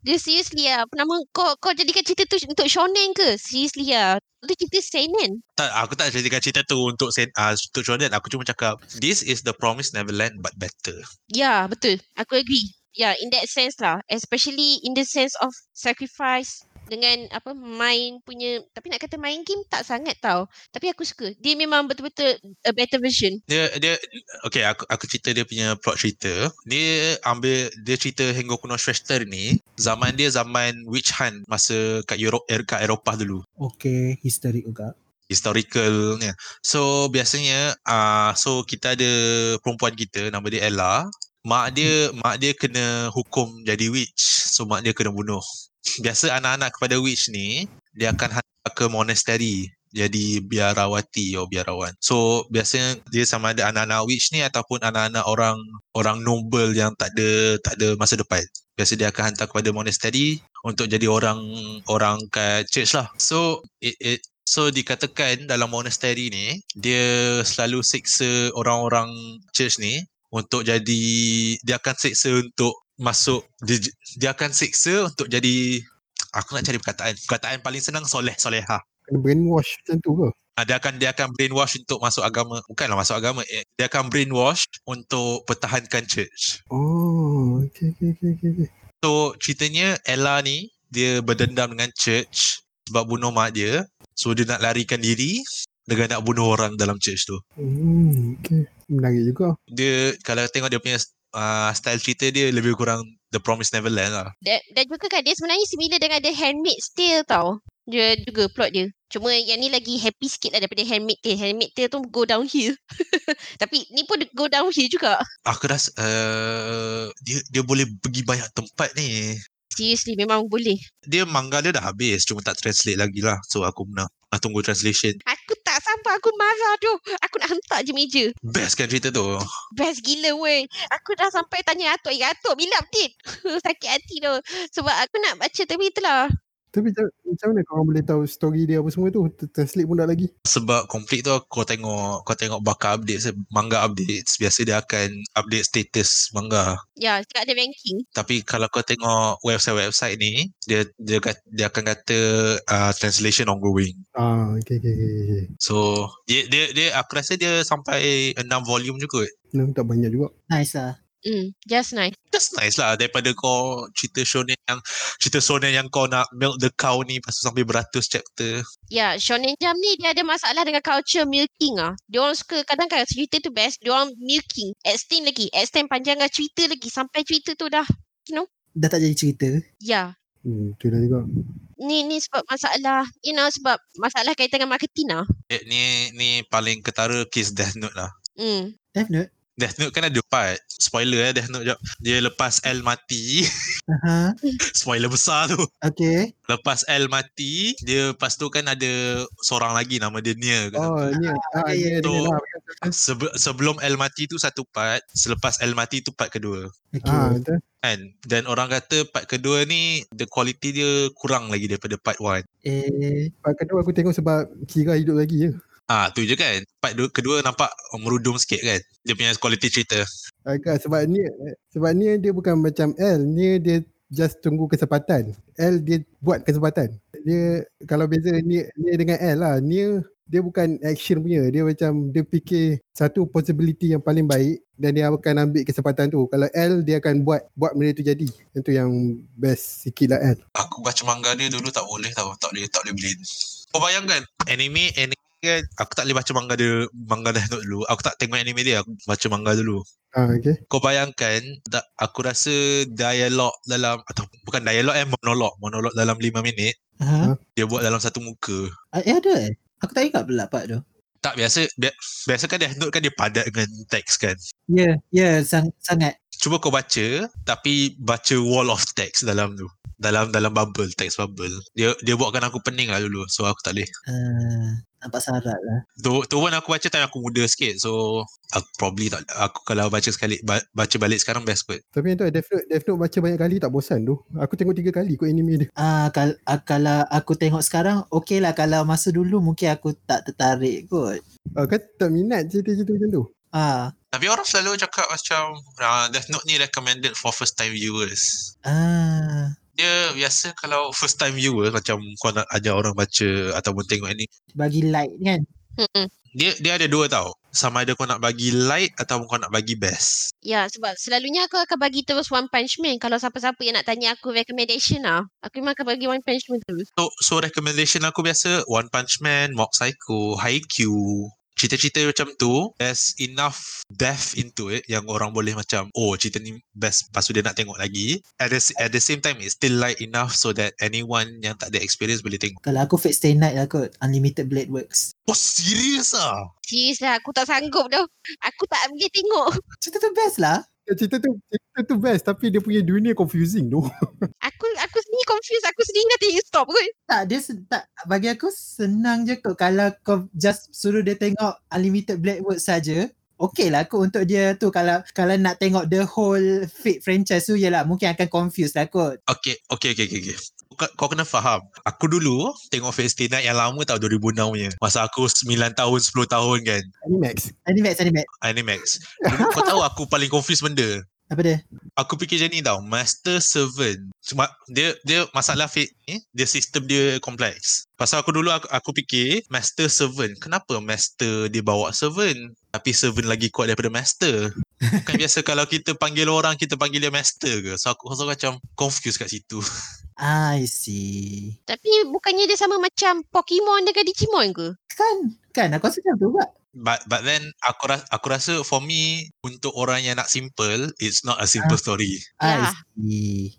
D: dia seriously lah. Apa nama kau kau jadikan cerita tu untuk shonen ke? Seriously lah. Tu cerita seinen.
B: tak aku tak ceritakan cerita tu untuk sen, uh, untuk Jordan aku cuma cakap this is the promise Neverland but better
D: Ya, betul. Aku agree. Ya, yeah, in that sense lah. Especially in the sense of sacrifice dengan apa main punya tapi nak kata main game tak sangat tau. Tapi aku suka. Dia memang betul-betul a better version.
B: dia dia okay aku aku cerita dia punya plot cerita dia ambil dia cerita Hengoku no Shrester ni zaman dia zaman witch hunt masa kat Europe er, kat Eropah dulu
C: Okay, history juga.
B: historical ni so biasanya uh, so kita ada perempuan kita nama dia Ella mak dia mak dia kena hukum jadi witch so mak dia kena bunuh biasa anak-anak kepada witch ni dia akan hantar ke monastery jadi biarawati atau biarawan. So biasanya dia sama ada anak-anak witch ni ataupun anak-anak orang orang noble yang tak ada tak ada masa depan. Biasa dia akan hantar kepada monastery untuk jadi orang orang kat church lah. So it, it So dikatakan dalam monastery ni dia selalu seksa orang-orang church ni untuk jadi dia akan seksa untuk masuk dia, dia akan siksa untuk jadi aku nak cari perkataan perkataan paling senang soleh soleha
A: Kena brainwash macam tu ke?
B: Ah, dia akan dia akan brainwash untuk masuk agama bukanlah masuk agama eh, dia akan brainwash untuk pertahankan church
A: Oh, okay, okay, okay, okay. okay.
B: so ceritanya Ella ni dia berdendam dengan church sebab bunuh mak dia so dia nak larikan diri dengan nak bunuh orang dalam church tu
A: Hmm, okay. Menarik juga.
B: dia kalau tengok dia punya uh, style cerita dia lebih kurang The Promised Neverland lah
D: Dan, dan juga kan dia sebenarnya similar dengan The Handmaid's Tale tau. Dia juga plot dia. Cuma yang ni lagi happy sikit lah daripada Handmaid's Tale. Handmaid's Tale tu go downhill. Tapi ni pun go downhill juga.
B: aku rasa uh, dia dia boleh pergi banyak tempat ni
D: Seriously memang boleh.
B: dia manga dia dah habis cuma tak translate lagi lah so aku nak nak tunggu translation
D: Aku tak sabar. Aku marah tu. Aku nak hentak je meja.
B: best kan cerita tu
D: Best gila weh. Aku dah sampai tanya Atuk. Eh Atuk bila update? Sakit hati tu. Sebab aku nak baca tapi itulah.
A: Tapi macam, macam mana korang boleh tahu story dia apa semua tu? Ter- Translate pun tak lagi.
B: sebab complete tu kau tengok kau tengok bakar updates manga updates biasa dia akan update status manga
D: Ya cakap ada ranking.
B: tapi kalau kau tengok website-website ni dia dia, kat- dia akan kata uh, translation ongoing
A: Ah, okay, okay, okay. okay.
B: so dia, dia dia aku rasa dia sampai 6 volume je kot
A: Nah, tak banyak juga.
C: Nice lah.
D: Mm, just nice.
B: That's nice lah daripada kau cerita shonen yang cerita shonen yang kau nak milk the cow ni pasal sampai beratus chapter.
D: Ya, Shonen Jump ni dia ada masalah dengan culture milking ah. Dia orang suka kadang-kadang cerita tu best, dia orang milking, extend lagi, extend panjangkan cerita lagi sampai cerita tu dah.
C: Dah tak jadi cerita.
D: Ya,
A: Hmm, tu dah juga.
D: ni ni sebab masalah, you know sebab masalah kaitan dengan marketing ah.
B: Eh, ni ni paling ketara case Death Note lah.
D: Hmm.
C: Definite.
B: Death Note kan ada part Spoiler eh Death Note jap Dia lepas L mati
C: Aha.
B: Spoiler besar tu
C: Okay.
B: Lepas L mati Dia lepas tu kan ada Seorang lagi nama dia Nia kan?
A: Oh, ni. Ah,
C: okay,
A: ni, ni,
B: so-
A: ni lah.
B: Sebe- Sebelum L mati tu satu part Selepas L mati tu part kedua
C: Okay.
A: Ah, betul.
B: Kan Dan orang kata part kedua ni The quality dia kurang lagi daripada part one
C: Eh,
A: Part kedua aku tengok sebab Kira hidup lagi ya. je.
B: Ah tu je kan Part du- kedua nampak merudum sikit kan Dia punya quality cerita
A: Agak Ah, kan? sebab ni sebab ni dia bukan macam L, ni dia just tunggu kesempatan. L dia buat kesempatan. Dia kalau beza ni ni dengan L lah, ni dia bukan action punya. Dia macam dia fikir satu possibility yang paling baik dan dia akan ambil kesempatan tu. Kalau L dia akan buat buat benda tu jadi. Itu yang best sikit lah L.
B: Aku baca manga dia dulu tak boleh tau Tak boleh tak boleh beli Kau bayangkan Anime anime kan Aku tak boleh baca manga dia Manga Death Note dulu Aku tak tengok anime dia Aku baca manga dulu
A: Ah okey.
B: Kau bayangkan tak, Aku rasa dialog dalam atau Bukan dialog eh monolog Monolog dalam 5 minit
C: aha.
B: Dia buat dalam satu muka
C: Ah, Eh, ada eh? Aku tak ingat pula part tu.
B: Tak biasa bi- Biasa kan Death Note kan dia padat dengan teks kan
C: Ya, yeah, ya yeah, sang, sangat.
B: cuba kau baca tapi baca wall of text dalam tu dalam dalam bubble text bubble dia dia buatkan aku pening lah dulu so aku tak boleh
C: Uh, nampak syarat lah.
B: tu tu pun aku baca time aku muda sikit so aku probably tak aku kalau baca sekali ba, baca balik sekarang best kot
A: Tapi yang tu Death Note, Death Note baca banyak kali tak bosan tu. Aku tengok tiga kali kot anime dia.
C: Ah, kal- ah, kalau aku tengok sekarang, okey lah. Kalau masa dulu mungkin aku tak tertarik kot.
A: Ah, kan tak minat cerita-cerita macam tu.
C: Ah,
B: tapi orang selalu cakap macam uh, Death Note ni recommended for first time viewers
C: ah,
B: dia biasa kalau first time viewers macam kau nak ajar orang baca ataupun tengok ni
C: bagi light kan?
D: Hmm.
B: dia dia ada dua tau sama ada kau nak bagi light ataupun kau nak bagi best
D: Ya, sebab selalunya aku akan bagi terus One Punch Man kalau siapa-siapa yang nak tanya aku recommendation ah. Aku memang akan bagi One Punch Man terus.
B: So, so recommendation aku biasa One Punch Man, Mob Psycho, Haikyuu. Cerita-cerita macam tu There's enough depth into it Yang orang boleh macam Oh cerita ni best Lepas tu dia nak tengok lagi At the, at the same time It's still light enough So that anyone Yang tak ada experience Boleh tengok
C: Kalau aku Fate Stay Night lah kot. Unlimited Blade Works.
B: Oh serious ah
D: Serius lah, aku tak sanggup dah. Aku tak boleh tengok.
C: Cerita tu best lah.
A: Cerita tu cerita tu best tapi dia punya dunia confusing tu.
D: Aku aku sendiri confused. Aku sendiri dah tengok stop kot.
C: Tak, dia sen- tak, bagi aku senang je kot. Kalau kau just suruh dia tengok Unlimited Blade Works saja. Okey lah kot untuk dia tu. Kalau kalau nak tengok the whole Fate franchise tu, yelah mungkin akan confused lah kot.
B: Okay Okay okay okay, okay. Kau, kau kena faham Aku dulu Tengok Fate Stay Night Yang lama tau 2006 punya Masa aku 9 tahun 10 tahun kan
A: Animax.
C: Animax, Animax.
B: Animax Dulu kau tahu aku paling confused benda
C: Apa dia?
B: Aku fikir macam ni tau Master servant Cuma dia dia masalah fake ni Dia sistem dia kompleks Pasal aku dulu aku, aku fikir Master servant Kenapa master dia bawa servant Tapi servant lagi kuat daripada master Bukan biasa kalau kita panggil orang Kita panggil dia master ke So aku rasa macam confused kat situ
C: I see.
D: Tapi bukannya dia sama macam Pokemon dengan Digimon ke?
C: Kan? Kan? Aku rasa macam tu pula.
B: But but then aku rasa, aku rasa for me Untuk orang yang nak simple It's not a simple story
C: I
D: Ya.
C: see.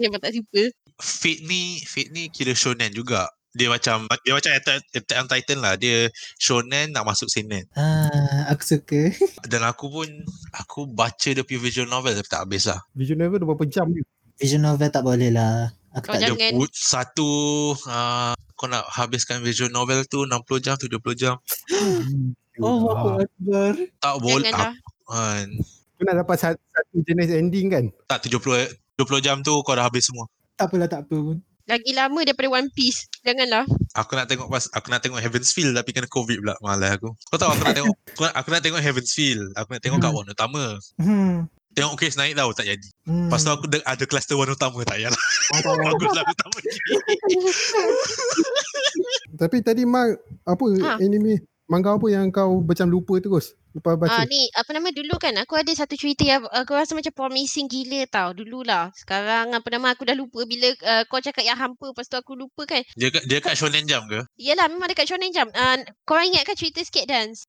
D: Memang tak simple.
B: Fate ni Fate ni kira shonen juga dia macam dia macam Attack, Attack on Titan lah dia shonen nak masuk seinen
C: Ah, aku suka.
B: dan aku pun aku baca dia punya visual novel tapi tak habis lah
A: Vision Never dah berapa jam ni?
C: Vision novel tak boleh lah. Aku
D: Kau
C: tak
B: dia
D: jangan-
B: put satu uh, kau nak habiskan visual novel tu 60 jam 70 jam
A: Ah.
C: Oh, Allahu Akbar.
B: tak boleh
D: Janganlah.
B: uh,
A: Kau nak dapat satu, satu jenis ending kan?
B: tak 70 70 jam tu kau dah habis semua
C: Tak apalah, tak apa pun.
D: Lagi lama daripada One Piece. Janganlah.
B: aku nak tengok pas aku nak tengok Heaven's Feel tapi kena covid pula malah aku kau tahu aku nak tengok aku nak, aku nak tengok Heaven's Feel aku nak tengok kat one utama
C: Hmm.
B: tengok kes naik tau tak jadi
C: Hmm.
B: Lepas tu aku de- ada kluster warna utama tak payahlah. Aku selalu utama ni.
A: Tapi tadi Mak, apa
D: Ah.
A: anime? Manga apa yang kau macam lupa terus? Lepas baca?
D: Ah ni apa nama dulu kan aku ada satu cerita yang aku rasa macam promising gila tau dululah. Sekarang apa nama aku dah lupa bila uh, kau cakap yang hampa lepas tu aku lupa kan.
B: Dia kat, dia kat Shonen Jump ke?
D: Yalah memang dekat Shonen Jump. Uh, korang ingat kan cerita Skate Dance?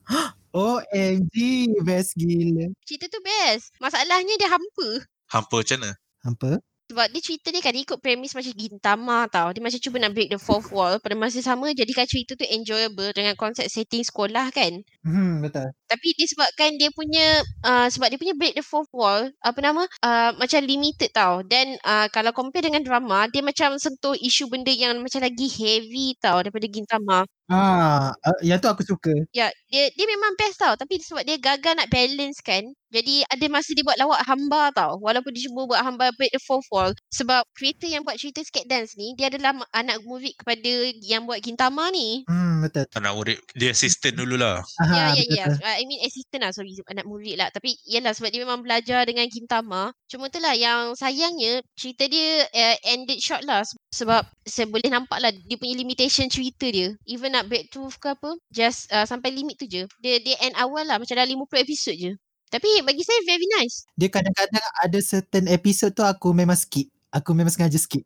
C: OMG, best gila.
D: Cerita tu best. Masalahnya dia hampa.
B: Hampa macam mana?
C: Apa?
D: Sebab dia cerita ni kan dia ikut premis macam Gintama tau. Dia macam cuba nak break the fourth wall. Pada masa sama jadikan cerita tu enjoyable dengan konsep setting sekolah kan.
C: Hmm, betul.
D: Tapi disebabkan dia punya uh, sebab dia punya break the fourth wall apa nama uh, macam limited tau. Then uh, kalau compare dengan drama dia macam sentuh isu benda yang macam lagi heavy tau daripada Gintama.
C: Ah, uh, yang tu aku suka.
D: Ya, dia dia memang best tau tapi sebab dia gagal nak balance kan. Jadi ada masa dia buat lawak hamba tau walaupun dia cuba buat hamba break the fourth wall sebab creator yang buat cerita skate dance ni dia adalah ma- anak movie kepada yang buat Gintama ni.
C: Hmm, betul.
B: Tak nak urip. Dia assistant dululah.
D: Ya,
C: Aha,
D: ya, ya.
C: Ah, betul.
D: Uh, I mean assistant lah. Sorry, anak murid lah. Tapi yelah sebab dia memang belajar dengan Gintama. Cuma tu lah yang sayangnya cerita dia uh, ended short lah. Se- Sebab saya boleh nampak lah dia punya limitation cerita dia. Even nak break through ke apa, just uh, sampai limit tu je. Dia dia end awal lah macam dah 50 episod je. Tapi bagi saya very nice.
C: Dia kadang-kadang ada certain episode tu aku memang skip. Aku memang sengaja skip.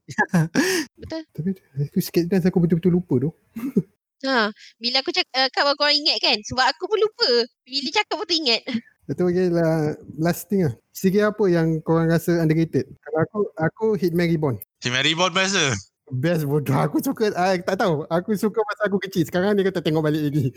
A: Tapi aku sikit dance aku betul-betul lupa tu.
D: Ha, bila aku cakap uh, kau korang ingat kan? Sebab aku pun lupa. Bila cakap pun ingat.
A: Itu okay lah, last thing lah. Segi apa yang korang rasa underrated? Kalau aku, aku Hitman Reborn.
B: Team Reborn biasa.
A: Best bodoh. Aku suka, ah, tak tahu. Aku suka masa aku kecil. Sekarang ni aku tak tengok balik lagi.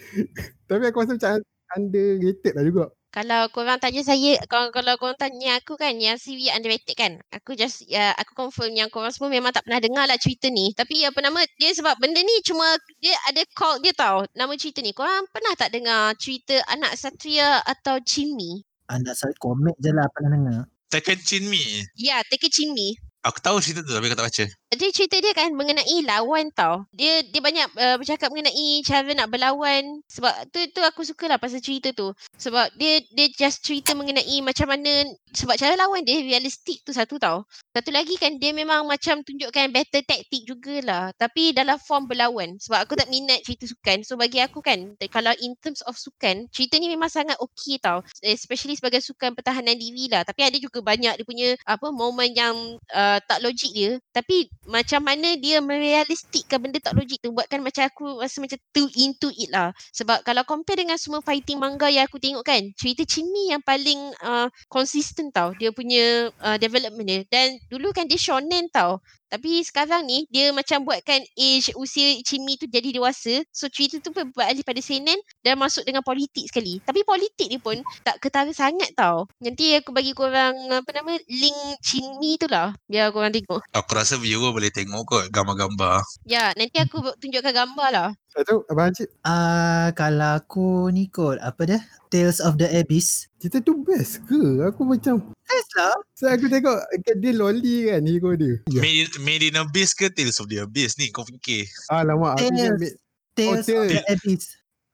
A: Tapi aku rasa macam underrated lah juga.
D: Kalau korang tanya saya, kalau, kalau korang tanya aku kan yang CV underrated kan. Aku just, ya, aku confirm yang korang semua memang tak pernah dengar lah cerita ni. Tapi apa nama, dia sebab benda ni cuma dia ada call dia tau nama cerita ni. Korang pernah tak dengar cerita Anak Satria atau Chimmy?
C: Anak saya komik je lah pernah dengar.
B: Tekken Chin Mi.
D: Ya, Teka Chimmy. Aku
B: Aku tahu cerita tu tapi aku tak baca.
D: dia cerita dia kan mengenai lawan tau. Dia dia banyak uh, bercakap mengenai cara nak berlawan. Sebab tu tu aku sukalah pasal cerita tu. Sebab dia dia just cerita mengenai macam mana sebab cara lawan dia realistik tu satu tau. Satu lagi kan dia memang macam tunjukkan battle tactic jugalah. Tapi dalam form berlawan. Sebab aku tak minat cerita sukan. So bagi aku kan te- kalau in terms of sukan, cerita ni memang sangat okey tau. Especially sebagai sukan pertahanan diri lah. Tapi ada juga banyak dia punya apa momen yang uh, tak logik dia tapi macam mana dia merealistikkan benda tak logik tu buatkan macam aku rasa macam too into it lah sebab kalau compare dengan semua fighting manga yang aku tengok kan cerita Chimmy yang paling uh, consistent tau dia punya uh, development dia dan dulu kan dia shonen tau tapi sekarang ni dia macam buatkan age usia Chimmy tu jadi dewasa so cerita tu pun beralih pada seinen dan masuk dengan politik sekali tapi politik ni pun tak ketara sangat tau nanti aku bagi korang apa nama link Chimmy tu lah biar korang tengok
B: Aku rasa viewer boleh tengok kot gambar-gambar.
D: Ya, nanti aku bu- tunjukkan gambar lah.
A: Lepas tu, Abang Haji,
C: Ah, kalau aku ni kot, apa dia? Tales of the Abyss.
A: cerita tu best ke? Aku macam,
C: Best lah.
A: so aku tengok kat dia loli kan hero dia.
B: Yeah. Made, in, made in Abyss ke Tales of the Abyss ni kau fikir.
A: Alamak, Ah, aku
C: Tales.
A: ambil.
C: Tales of the Abyss.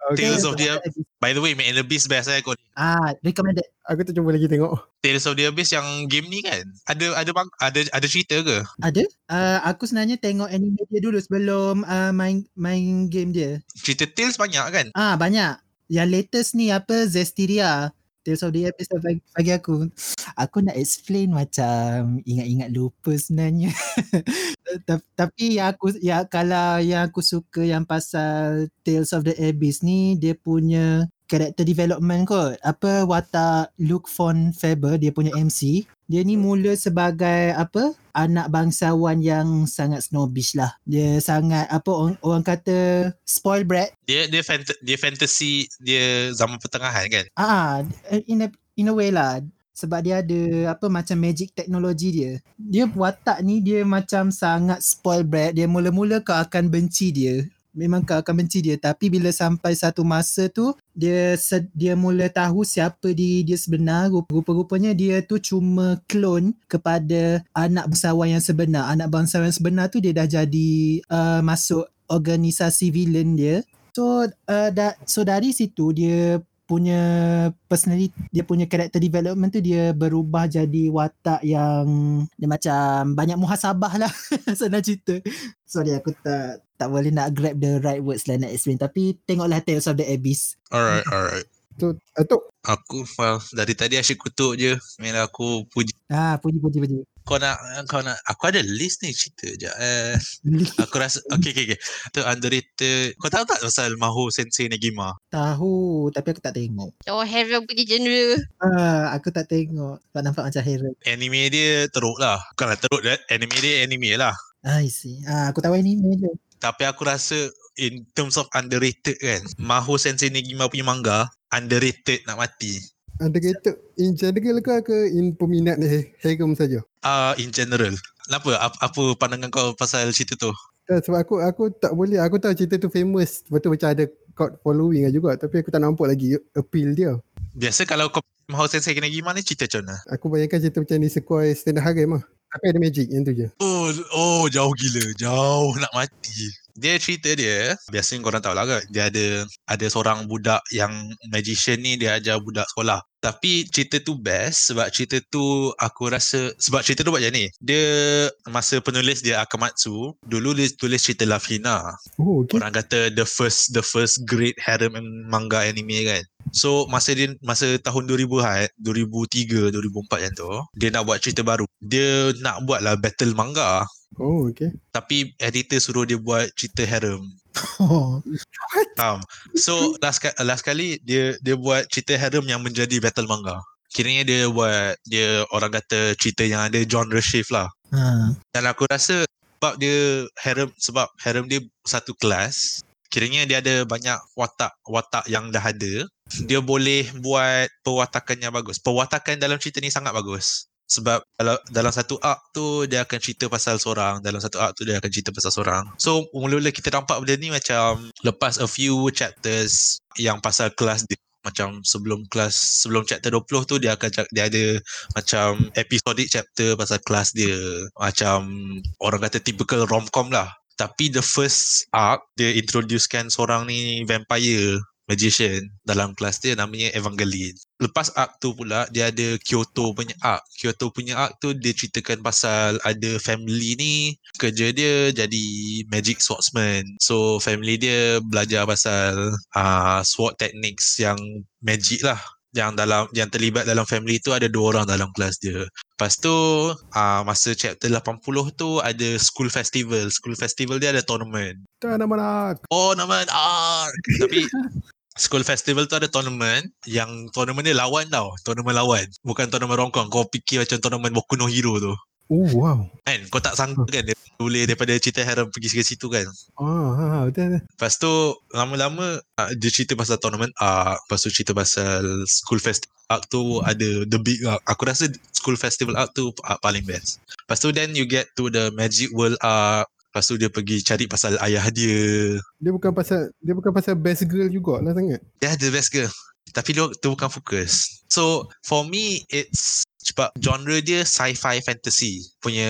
A: Okay.
B: Tales of the-
C: Abyss.
B: By the way, Made in the Beast best eh kot.
C: Ah, recommended.
A: Aku tak jumpa lagi tengok.
B: Tales of the Abyss yang game ni kan. Ada ada bang, ada ada cerita ke?
C: Ada? Uh, aku sebenarnya tengok anime dia dulu sebelum uh, main main game dia.
B: Cerita Tales banyak kan?
C: Ah, banyak. Yang latest ni apa Zestiria. Tales of the Abyss lah bagi, bagi aku. Aku nak explain macam ingat-ingat lupa sebenarnya. Ta- Tapi yang aku ya kalau yang aku suka yang pasal Tales of the Abyss ni dia punya character development kot. Apa watak Luke von Faber dia punya MC. Dia ni mula sebagai apa? anak bangsawan yang sangat snobbish lah. Dia sangat apa orang, orang kata spoil brat
B: Dia dia fant- dia fantasy dia zaman pertengahan kan.
C: Ah, ah, in a, in a way lah. Sebab dia ada apa macam magic teknologi dia. Dia watak ni dia macam sangat spoil brat. Dia mula-mula kau akan benci dia. Memang kau akan benci dia tapi bila sampai satu masa tu dia se- dia mula tahu siapa diri dia sebenar. Rup- Rupa-rupanya dia tu cuma clone kepada anak bangsawan yang sebenar. Anak bangsawan yang sebenar tu dia dah jadi uh, masuk organisasi villain dia. So uh, da- so dari situ dia punya personality dia punya character development tu dia berubah jadi watak yang dia macam banyak muhasabah lah senang cerita sorry aku tak tak boleh nak grab the right words lah nak explain tapi tengoklah Tales of the Abyss
B: Alright, alright.
A: Tu Atuk
B: Aku well, dari tadi asyik kutuk je. Mela aku puji
C: ah puji puji puji
B: kau nak kau nak aku ada list ni cerita je. Eh, aku rasa okey okey okey. Tu underrated. Kau tahu tak pasal Maho Sensei Negima?
C: tahu tapi aku tak tengok
D: Oh, Harry punya genre.
C: ah aku tak tengok sebab nampak macam hero
B: Anime dia teruk lah. Bukanlah teruk dia. Anime dia anime lah.
C: ah I see ah aku tahu ini je
B: Tapi aku rasa in terms of underrated kan. Maho Sensei Negima punya manga underrated nak mati.
A: underrated ah, in general ke ke in peminat ni Harem saja.
B: Ah uh, in general. Kenapa? Apa, apa pandangan kau pasal cerita tu?
A: Tak, Eh, sebab aku aku tak boleh aku tahu cerita tu famous betul macam ada cult following lah juga tapi aku tak nampak lagi appeal dia
B: Biasa kalau kau Maho Sensei Negima ni cerita macam mana?
A: aku bayangkan cerita macam ni sequoia standard harem lah tapi ada magic yang tu je
B: Oh, oh jauh gila. Jauh nak mati. Dia cerita dia, biasanya korang tahu lah kan, dia ada ada seorang budak yang magician ni dia ajar budak sekolah. Tapi cerita tu best sebab cerita tu aku rasa, sebab cerita tu buat macam ni. Dia, masa penulis dia Akamatsu, dulu dia tulis cerita Love Hina.
A: oh okay
B: Orang kata the first the first great harem and manga anime kan. So masa dia masa tahun 2000 2003 2004 macam tu dia nak buat cerita baru. Dia nak buatlah battle manga
A: oh okay
B: tapi editor suruh dia buat cerita harem.
C: oh
B: Faham? So last ka- last kali dia dia buat cerita harem yang menjadi battle manga. Kiranya dia buat dia orang kata cerita yang ada genre shift lah.
C: ah
B: Dan aku rasa sebab dia harem sebab harem dia satu kelas, kiranya dia ada banyak watak-watak yang dah ada, dia boleh buat perwatakan yang bagus. Perwatakan dalam cerita ni sangat bagus. Sebab kalau dalam satu arc tu dia akan cerita pasal seorang, dalam satu arc tu dia akan cerita pasal seorang. So mula-mula kita nampak benda ni macam lepas a few chapters yang pasal kelas dia macam sebelum kelas sebelum chapter 20 tu dia akan cak- dia ada macam episodic chapter pasal kelas dia macam orang kata typical romcom lah tapi the first arc dia introducekan seorang ni vampire magician dalam kelas dia namanya Evangeline. Lepas arc tu pula dia ada Kyoto punya arc. Kyoto punya arc tu dia ceritakan pasal ada family ni kerja dia jadi magic swordsman. So family dia belajar pasal uh, sword techniques yang magic lah yang dalam yang terlibat dalam family tu ada dua orang dalam kelas dia. Lepas tu uh, masa chapter 80 tu ada school festival. School festival dia ada tournament.
A: tak ada mana
B: Oh nama ah tapi school festival tu ada tournament yang tournament dia lawan tau. Tournament lawan. Bukan tournament rongkong. Kau fikir macam tournament Boku no Hero tu.
A: oh wow
B: Kan kau tak sangka kan dia boleh daripada cerita harem pergi ke situ kan.
A: ah ha, ha, betul betul.
B: Lepas tu lama-lama uh, dia cerita pasal tournament arc, lepas tu cerita pasal school festival arc tu ada the big arc. Aku rasa school festival arc tu arc paling best. Lepas tu then you get to the magic world arc, lepas tu dia pergi cari pasal ayah dia.
A: dia bukan pasal dia bukan pasal best girl jugalah sangat
B: Dia ada best girl. Tapi dia tu bukan fokus. So for me it's sebab genre dia sci-fi fantasy punya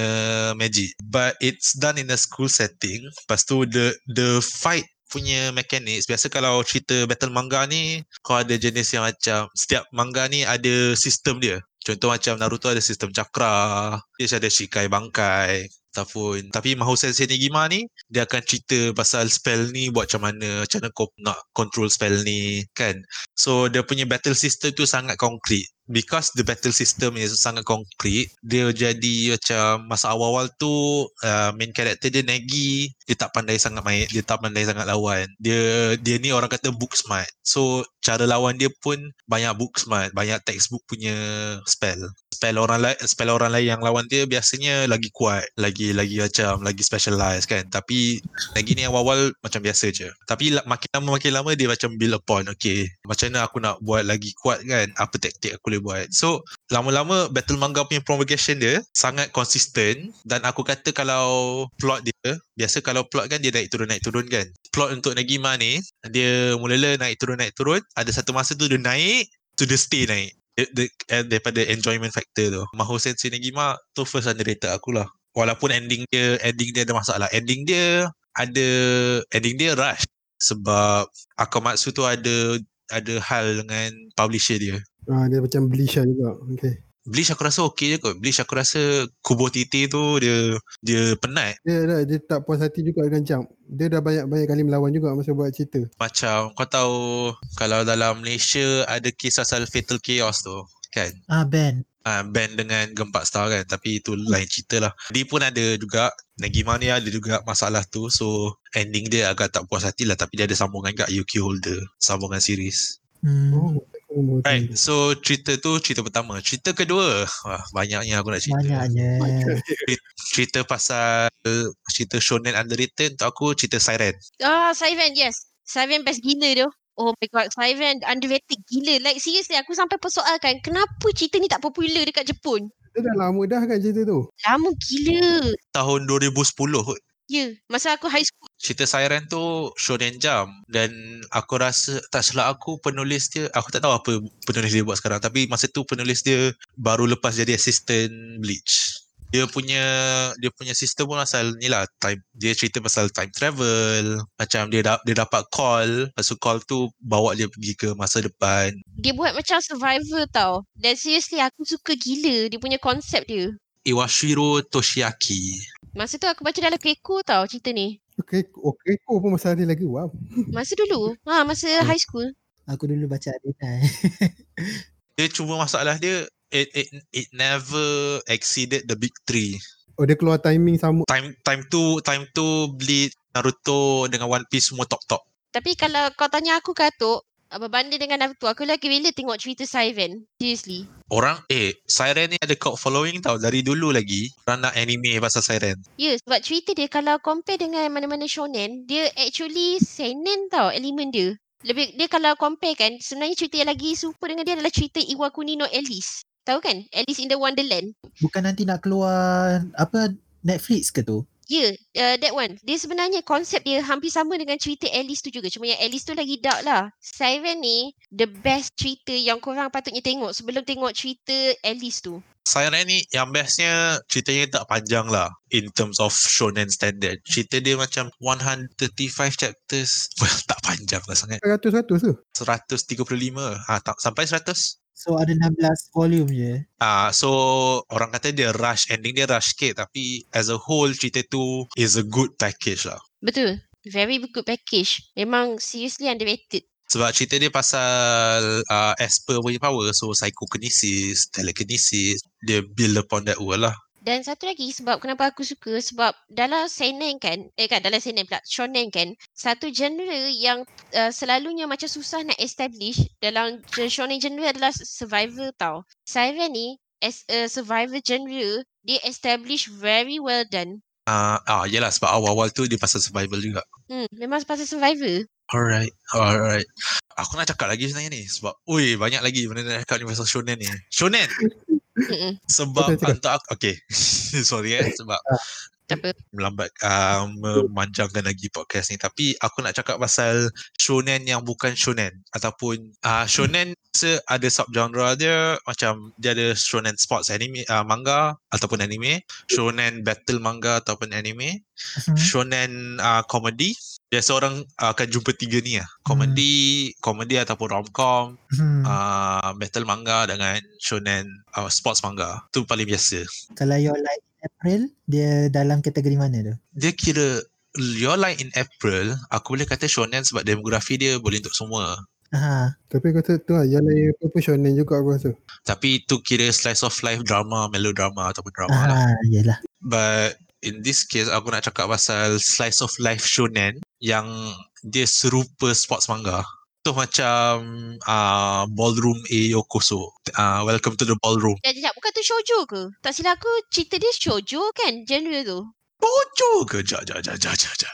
B: magic but it's done in a school setting lepas tu the the fight punya mechanics biasa kalau cerita battle manga ni kau ada jenis yang macam setiap manga ni ada sistem dia contoh macam Naruto ada sistem chakra dia ada shikai bangkai ataupun tapi Mahou Sensei Negima ni dia akan cerita pasal spell ni buat macam mana macam mana kau nak control spell ni kan so dia punya battle system tu sangat concrete because the battle system is sangat concrete dia jadi macam masa awal-awal tu uh, main character dia Nagi dia tak pandai sangat main dia tak pandai sangat lawan dia dia ni orang kata book smart so cara lawan dia pun banyak book smart banyak textbook punya spell spell orang lain spell orang lain yang lawan dia biasanya lagi kuat lagi lagi macam lagi specialized kan tapi Nagi ni awal-awal macam biasa je tapi la- makin lama makin lama dia macam build upon okay macam mana aku nak buat lagi kuat kan apa taktik aku boleh buat. So lama-lama battle manga punya propagation dia sangat konsisten dan aku kata kalau plot dia biasa kalau plot kan dia naik turun naik turun kan. Plot untuk Nagima ni dia mula-mula naik turun naik turun ada satu masa tu dia naik tu dia stay naik. Dia, dia, eh, daripada enjoyment factor tu. Mahou Sensei Nagima tu first underrated akulah. Walaupun ending dia ending dia ada masalah. Ending dia ada ending dia rush sebab Akamatsu tu ada ada hal dengan publisher dia.
A: Ah, dia macam Belisha juga. Okay.
B: Bleach aku rasa okey je kot. Bleach aku rasa Kubo Titi tu dia dia penat.
A: Dia, dia, dia tak puas hati juga dengan Jump. Dia dah banyak-banyak kali melawan juga masa buat cerita.
B: Macam kau tahu kalau dalam Malaysia ada kes asal Fatal Chaos tu kan.
C: Ah Ben.
B: Ah band dengan Gempak Star kan tapi itu lain cerita lah. Dia pun ada juga Nagima ni ada juga masalah tu so ending dia agak tak puas hati lah tapi dia ada sambungan kat UQ Holder sambungan series.
C: Hmm.
A: Oh, oh
B: Right so cerita tu cerita pertama. Cerita kedua wah, banyaknya aku nak cerita.
C: Banyaknya.
B: cerita pasal cerita shonen underrated untuk aku cerita Siren.
D: Ah, Saivan, yes. Saivan best gila tu. Oh my god, Saivan underrated gila. Like seriously, aku sampai persoalkan kenapa cerita ni tak popular dekat Jepun.
A: Dia dah lama dah kan cerita tu.
D: Lama gila.
B: Tahun 2010 kot.
D: Ya, yeah, masa aku high school.
B: Cerita Siren tu Shonen Jump dan aku rasa tak silap aku penulis dia aku tak tahu apa penulis dia buat sekarang tapi masa tu penulis dia baru lepas jadi assistant Bleach. Dia punya dia punya sistem pun asal ni lah time dia cerita pasal time travel macam dia da- dia dapat call lepas tu call tu bawa dia pergi ke masa depan
D: Dia buat macam survivor tau. Dan seriously, aku suka gila dia punya konsep dia.
B: Iwashiro Toshiaki
D: Masa tu aku baca dalam Keiko tau cerita ni.
A: Okay, okay kau oh, pun masa ada lagi. Wow.
D: Masa dulu. Ha, masa high school.
C: Aku dulu baca Arena.
B: dia cuma masalah dia it it it never exceeded the big three.
A: Oh, dia keluar timing sama.
B: Time time tu time tu beli Naruto dengan One Piece semua top top.
D: Tapi kalau kau tanya aku katuk, ah, berbanding dengan Naruto, aku lagi bila tengok cerita Saivan. Seriously.
B: Orang eh Siren ni ada cult following tau dari dulu lagi. Orang nak anime pasal Siren.
D: Ya, yeah, sebab cerita dia kalau compare dengan mana-mana shonen, dia actually seinen tau elemen dia. Lebih dia kalau compare kan, sebenarnya cerita yang lagi serupa dengan dia adalah cerita Iwakuni no Alice. Tahu kan? Alice in the Wonderland.
C: Bukan nanti nak keluar apa Netflix ke tu?
D: Ya, yeah, uh, that one. Dia sebenarnya konsep dia hampir sama dengan cerita Alice tu juga. Cuma yang Alice tu lagi dark lah. Siren ni the best cerita yang korang patutnya tengok sebelum tengok cerita Alice tu.
B: Siren ni yang bestnya ceritanya tak panjang lah in terms of shonen standard. Cerita dia macam 135 chapters. Well tak panjang lah sangat.
A: 100-100 tu.
B: 135. Ha, tak, sampai 100?
C: So ada 16 volume je.
B: Ah, uh, so orang kata dia rush ending dia rush sikit tapi as a whole cerita tu is a good package lah.
D: Betul. Very good package. Memang seriously underrated.
B: Sebab cerita dia pasal uh, Esper punya power so psychokinesis, telekinesis, dia build upon that world lah.
D: Dan satu lagi sebab kenapa aku suka sebab dalam seinen kan, eh kan dalam seinen pula, shonen kan, satu genre yang uh, selalunya macam susah nak establish dalam gen- shonen genre adalah survival tau. Siren ni as a survival genre, dia establish very well done.
B: Ah, uh, ah yelah sebab awal-awal tu dia pasal survival juga.
D: Hmm, memang pasal survival.
B: Alright, alright. Aku nak cakap lagi sebenarnya ni sebab ui banyak lagi benda nak cakap ni pasal shonen ni. Shonen
D: Mm-mm.
B: sebab
A: Betul, cakap.
B: untuk aku okay. Sorry eh sebab
D: Tak apa.
B: melambat uh, memanjangkan lagi podcast ni tapi aku nak cakap pasal shonen yang bukan shonen ataupun uh, shonen se ada subgenre dia macam dia ada shonen sports anime uh, manga ataupun anime shonen battle manga ataupun anime
C: Mhm.
B: shonen uh, comedy Biasa orang uh, akan jumpa tiga ni lah. Komedi, hmm. komedi ataupun romcom,
C: Hmm.
B: uh, metal manga dengan shonen uh, sports manga. Tu paling biasa.
C: Kalau your like April, dia dalam kategori mana tu?
B: Dia kira Your Line in April, aku boleh kata shonen sebab demografi dia boleh untuk semua.
C: Ha.
A: Tapi aku kata tu lah yang lain apa pun shonen juga aku rasa.
B: Tapi itu kira slice of life drama, melodrama ataupun drama lah.
C: Ha, yalah.
B: But in this case aku nak cakap pasal slice of life shonen yang dia serupa sports manga. Tu macam uh, Ballroom A Yokoso. Uh, welcome to the Ballroom.
D: Jadi sekejap, bukan tu shoujo ke? Tak silap aku cerita dia shoujo kan genre tu.
B: Bojo ke? Jap, jap, jap, jap, jap. jap.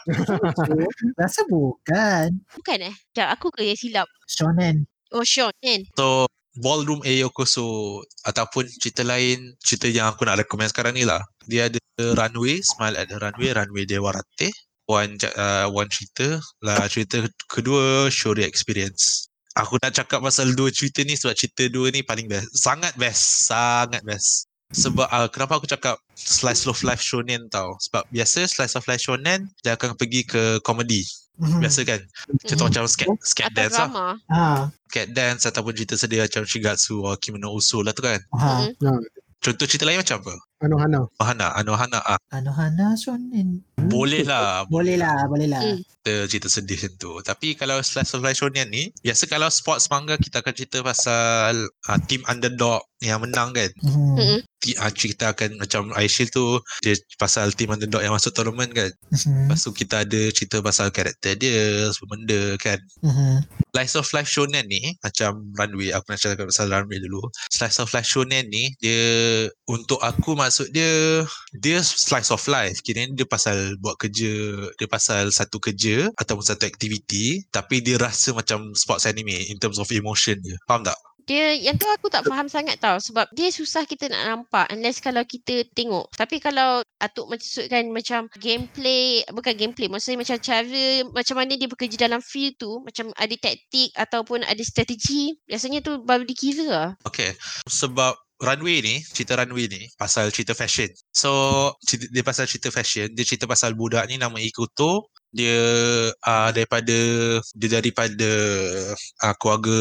C: Rasa bukan.
D: Bukan eh? Sekejap, aku ke yang silap?
C: Shonen.
D: Oh, shonen.
B: So Ballroom A Yokoso ataupun cerita lain, cerita yang aku nak recommend sekarang ni lah. Dia ada Runway, Smile at the Runway, Runway Dewarate. One, ja- uh, one cerita. Lah, cerita kedua, Shuri Experience. Aku nak cakap pasal dua cerita ni sebab cerita dua ni paling best. Sangat best. Sangat best. Sebab uh, kenapa aku cakap slice of life shonen tau. Sebab biasa slice of life shonen dia akan pergi ke komedi.
C: Mhm.
B: Biasa kan. Contoh macam skate, skate
D: Hmm. Atau
B: dance lah
D: drama.
C: Ha.
B: cat dance ataupun cerita sedia macam Shigatsu or Kimono Uso lah tu kan.
C: Ha.
D: Mm-mm.
B: Contoh cerita lain macam apa?
A: Anohana.
B: Anohana, Anohana ah.
C: Anohana shonen.
B: Boleh lah
C: Hmm, Boleh lah, boleh lah.
D: Mm.
B: cerita, cerita sedih macam tu. Tapi kalau slice of life shonen ni, biasa kalau sports manga kita akan cerita pasal ah, team underdog yang menang kan.
C: Mhm.
D: Mm-mm.
B: Ti- ah, Cerita akan macam Aishil tu dia pasal team underdog yang masuk tournament kan.
C: Mhm.
B: Lepas tu kita ada cerita pasal karakter dia, semua benda kan.
C: Mhm.
B: slice of life shonen ni macam runway aku nak cakap pasal runway dulu slice of life shonen ni dia untuk aku maksud dia dia slice of life kira dia pasal buat kerja dia pasal satu kerja ataupun satu aktiviti tapi dia rasa macam sports anime in terms of emotion dia faham tak
D: Dia yang tu aku tak faham sangat tau sebab dia susah kita nak nampak unless kalau kita tengok. Tapi kalau Atuk maksudkan macam gameplay, bukan gameplay maksudnya macam cara macam mana dia bekerja dalam field tu, macam ada taktik ataupun ada strategi, biasanya tu baru dikira lah.
B: Okay, sebab runway ni, cerita runway ni pasal cerita fashion. So, cerita, dia pasal cerita fashion, dia cerita pasal budak ni nama Ikuto. Dia uh, daripada dia daripada uh, keluarga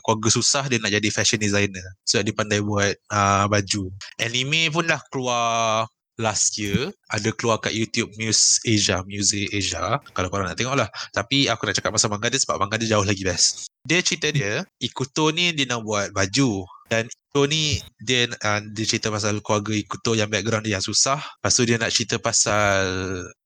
B: keluarga susah dia nak jadi fashion designer. So dia pandai buat uh, baju. Anime pun dah keluar last year ada keluar kat YouTube Muse Asia, Muse Asia. Kalau korang nak tengok lah. Tapi aku nak cakap pasal manga dia sebab manga dia jauh lagi best. Dia cerita dia, Ikuto ni dia nak buat baju. Dan Ikuto ni dia, uh, dia cerita pasal keluarga Ikuto yang background dia yang susah. Lepas tu dia nak cerita pasal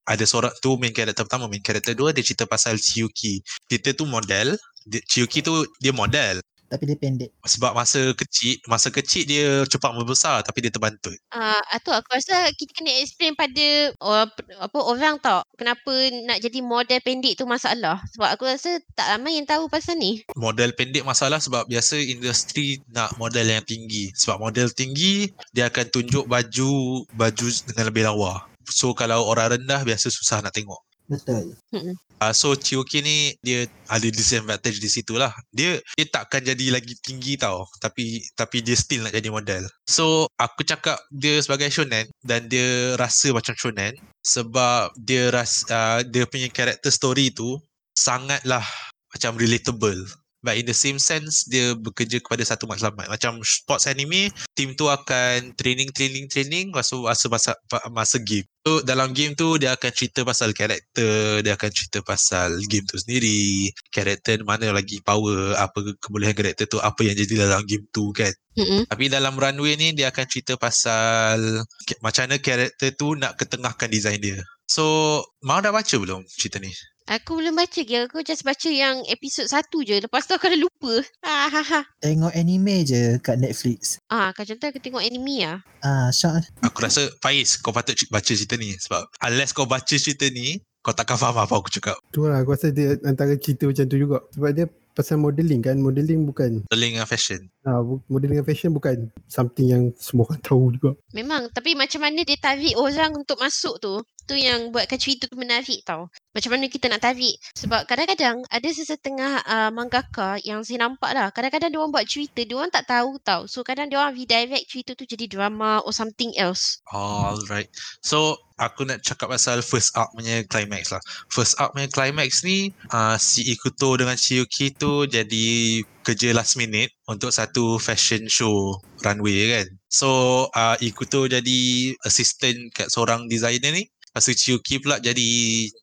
B: ada seorang tu main karakter pertama, main karakter dua dia cerita pasal Chiyuki. Cerita tu model, dia, Chiyuki tu dia model.
C: Tapi dia pendek.
B: Sebab masa kecil, masa kecil dia cepat membesar tapi dia terbantut.
D: Uh, Atuk aku rasa kita kena explain pada or, apa orang tau kenapa nak jadi model pendek tu masalah. Sebab aku rasa tak ramai yang tahu pasal ni.
B: model pendek masalah sebab biasa industri nak model yang tinggi sebab model tinggi dia akan tunjuk baju baju dengan lebih lawa so kalau orang rendah biasa susah nak tengok
C: Betul.
B: Uh, so Chiyuki ni dia ada disadvantage di situ lah. Dia dia takkan jadi lagi tinggi tau. Tapi tapi dia still nak jadi model. So aku cakap dia sebagai shonen dan dia rasa macam shonen sebab dia ras uh, dia punya character story tu sangatlah macam relatable. But in the same sense dia bekerja kepada satu matlamat. Macam sports anime, team tu akan training training training masa masa masa, masa game. So dalam game tu dia akan cerita pasal karakter, dia akan cerita pasal game tu sendiri, karakter mana lagi power, apa kebolehan karakter tu, apa yang jadi dalam game tu kan.
D: Mm-mm.
B: Tapi dalam runway ni dia akan cerita pasal ke- macam mana karakter tu nak ketengahkan design dia. So, mau dah baca belum cerita ni?
D: Aku belum baca je. Aku just baca yang episod satu je. Lepas tu aku dah lupa. Ah, ha, ha.
C: Tengok anime je kat Netflix.
D: Ah, kalau contoh aku tengok anime lah.
C: Ah, Sean.
B: Aku rasa Faiz kau patut c- baca cerita ni sebab unless kau baca cerita ni kau takkan faham apa aku cakap.
A: Tu lah aku rasa dia antara cerita macam tu juga. Sebab dia pasal modeling kan. Modeling bukan.
B: Modeling dengan fashion.
A: Ah, bu- modeling dengan fashion bukan something yang semua orang tahu juga.
D: Memang tapi macam mana dia tarik orang untuk masuk tu tu yang buatkan cerita tu menarik tau. Macam mana kita nak tarik sebab kadang-kadang ada sesetengah uh, mangaka yang saya nampak lah kadang-kadang dia orang buat cerita dia orang tak tahu tau. So kadang dia orang redirect cerita tu jadi drama or something else.
B: Oh, Alright. So aku nak cakap pasal first arc punya climax lah. First arc punya climax ni uh, si Ikuto dengan Chiyuki tu jadi kerja last minute untuk satu fashion show runway kan. So uh, Ikuto jadi assistant kat seorang designer ni. Lepas tu Chiyuki pula jadi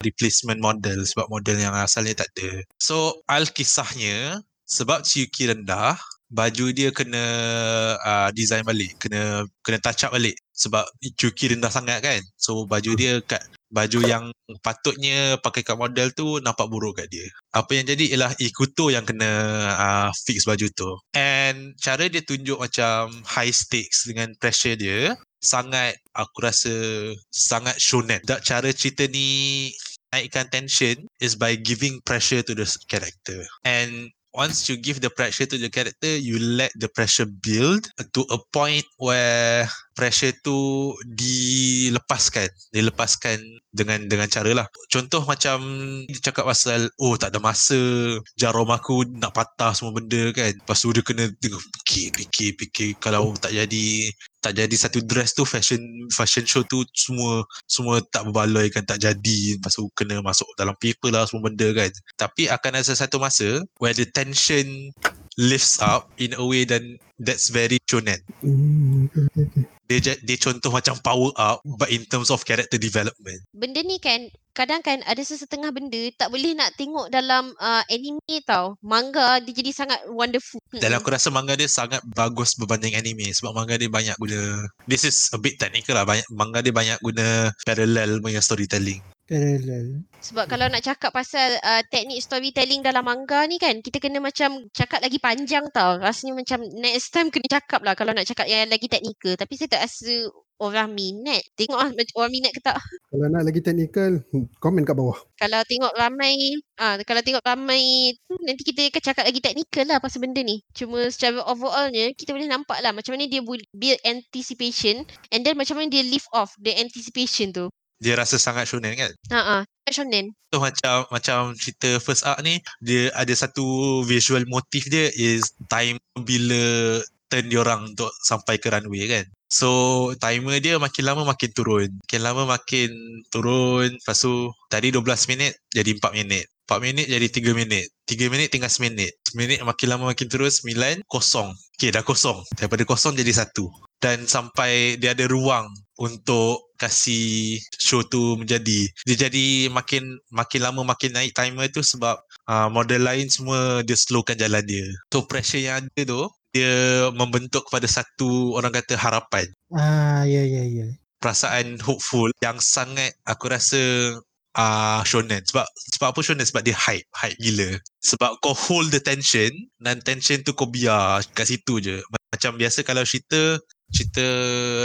B: replacement model sebab model yang asalnya tak ada. So alkisahnya sebab Chiyuki rendah baju dia kena uh, design balik kena kena touch up balik sebab cuki rendah sangat kan so baju dia kat baju yang patutnya pakai kat model tu nampak buruk kat dia apa yang jadi ialah Ikuto yang kena uh, fix baju tu and cara dia tunjuk macam high stakes dengan pressure dia sangat aku rasa sangat shonen Tak cara cerita ni naikkan tension is by giving pressure to the character and once you give the pressure to the character, you let the pressure build to a point where pressure tu dilepaskan. Dilepaskan dengan dengan cara lah. Contoh macam dia cakap pasal, oh tak ada masa, jarum aku nak patah semua benda kan. Lepas tu dia kena tengok, fikir, fikir, fikir. Kalau tak jadi tak jadi satu dress tu fashion fashion show tu semua semua tak berbaloi kan tak jadi lepas tu kena masuk dalam paper lah semua benda kan tapi akan ada satu masa where the tension lifts up in a way then that's very shonen
A: Hmm, okay, okay, okay.
B: dia ja- dia contoh macam power up but in terms of character development
D: benda ni kan kadang kan ada sesetengah benda tak boleh nak tengok dalam uh, anime tau. Manga dia jadi sangat wonderful.
B: dan aku rasa manga dia sangat bagus berbanding anime sebab manga dia banyak guna this is a bit technical lah banyak manga dia banyak guna parallel punya storytelling
C: Parallel.
D: Sebab kalau nak cakap pasal uh, teknik storytelling dalam manga ni kan, kita kena macam cakap lagi panjang tau. Rasanya macam next time kena cakap lah kalau nak cakap yang lagi teknikal. Tapi saya tak rasa orang minat. Tengok lah mac- orang minat ke tak.
A: Kalau nak lagi technical, komen kat bawah.
D: Kalau tengok ramai, ah uh, kalau tengok ramai tu nanti kita akan cakap lagi teknikal lah pasal benda ni. Cuma secara overallnya kita boleh nampak lah macam mana dia bu- build anticipation and then macam mana dia live off the anticipation tu.
B: dia rasa sangat shonen kan
D: Ha ah. Uh-uh. Shonen.
B: So macam macam cerita first arc ni dia ada satu visual motif dia is time bila turn diorang untuk sampai ke runway kan. So timer dia makin lama makin turun. Makin lama makin turun. Lepas tu tadi 12 minit jadi 4 minit. 4 minit jadi 3 minit. 3 minit tinggal 1 minit. 1 minit makin lama makin turun 9 kosong. Okay dah kosong. Daripada kosong jadi 1 dan sampai dia ada ruang untuk kasih show tu menjadi dia jadi makin makin lama makin naik timer tu sebab uh, model lain semua dia slowkan jalan dia so pressure yang ada tu dia membentuk kepada satu orang kata harapan
C: Ah, ya, ya, ya.
B: perasaan hopeful yang sangat aku rasa uh, shonen sebab sebab apa shonen sebab dia hype hype gila sebab kau hold the tension dan tension tu kau biar kat situ je macam biasa kalau cerita cerita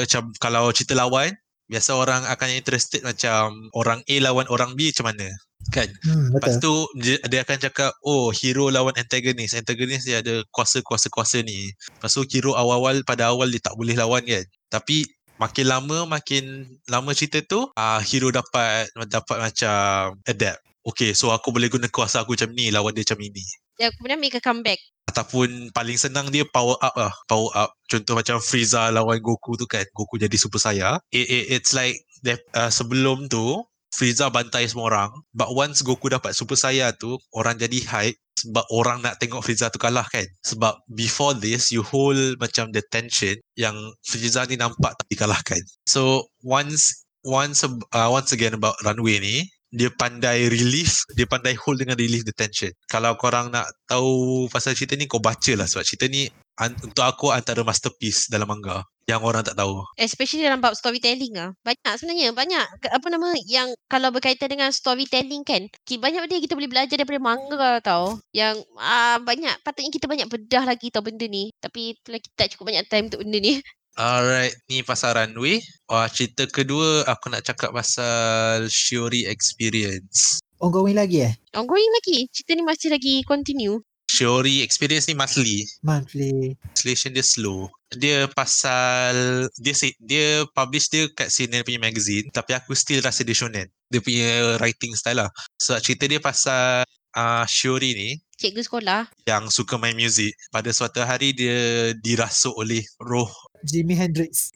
B: macam kalau cerita lawan biasa orang akan interested macam orang A lawan orang B macam mana kan
C: Hmm,
B: Lepas
C: betul.
B: tu dia, dia akan cakap oh hero lawan antagonist. Antagonist dia ada kuasa-kuasa-kuasa ni. Lepas tu hero awal-awal pada awal dia tak boleh lawan kan. Tapi makin lama makin lama cerita tu uh, hero dapat dapat macam adapt. Okay so aku boleh guna kuasa aku macam ni lawan dia macam ini.
D: Dan kemudian make a comeback.
B: Ataupun paling senang dia power up lah. Power up. Contoh macam Frieza lawan Goku tu kan. Goku jadi super saya. It, it, it's like that, uh, sebelum tu Frieza bantai semua orang But once Goku dapat Super Saiyan tu Orang jadi hype Sebab orang nak tengok Frieza tu kalah kan Sebab before this You hold macam the tension Yang Frieza ni nampak tak dikalahkan So once Once ab- uh, once again about runway ni dia pandai relief Dia pandai hold dengan relief the tension Kalau korang nak tahu pasal cerita ni Kau baca lah sebab cerita ni an- Untuk aku antara masterpiece dalam manga Yang orang tak tahu
D: Especially dalam bab storytelling lah. Banyak sebenarnya. Banyak ke- apa nama yang kalau berkaitan dengan storytelling kan. ki- Banyak benda yang kita boleh belajar daripada manga tau. Yang ah banyak patutnya kita banyak bedah lagi tau benda ni. Tapi itulah kita tak cukup banyak time untuk benda ni.
B: Alright, ni pasal runway. Wah, cerita kedua aku nak cakap pasal Shiori experience.
C: Ongoing lagi eh?
D: Ongoing lagi. Cerita ni masih lagi continue.
B: Shiori experience ni monthly.
C: Monthly.
B: Translation dia slow. Dia pasal dia se- dia publish dia kat senior punya magazine tapi aku still rasa dia shonen. Dia punya writing style lah. So cerita dia pasal uh, Shiori ni
D: Cikgu sekolah.
B: yang suka main muzik. Pada suatu hari dia dirasuk oleh roh.
C: Jimi Hendrix.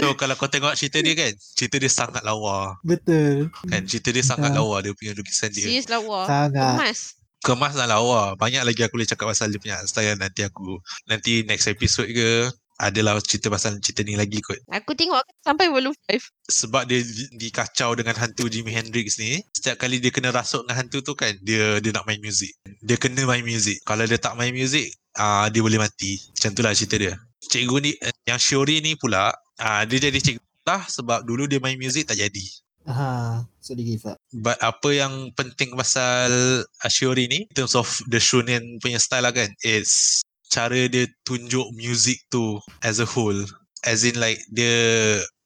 B: So kalau kau tengok cerita dia kan, cerita dia sangat lawa.
C: Betul.
B: Kan cerita dia sangat
C: Ya.
B: lawa dia punya lukisan dia.
D: Serius lawa.
C: Sangat.
D: Kemas.
B: kemas dan lawa. Banyak lagi aku boleh cakap pasal dia punya art style nanti aku nanti next episode ke adalah cerita pasal cerita ni lagi kot.
D: Aku tengok aku sampai volume 5.
B: Sebab dia di- dikacau dengan hantu Jimi Hendrix ni, setiap kali dia kena rasuk dengan hantu tu kan, dia dia nak main muzik. Dia kena main muzik. Kalau dia tak main muzik, ah dia boleh mati. Macam tu lah cerita dia. Cikgu ni eh, yang Shiori ni pula, ah dia jadi cikgu lah sebab dulu dia main muzik tak jadi.
C: Ha. So dia give up.
B: But apa yang penting pasal Ashiori ni in terms of the shonen punya style lah kan is cara dia tunjuk music tu as a whole. As in like dia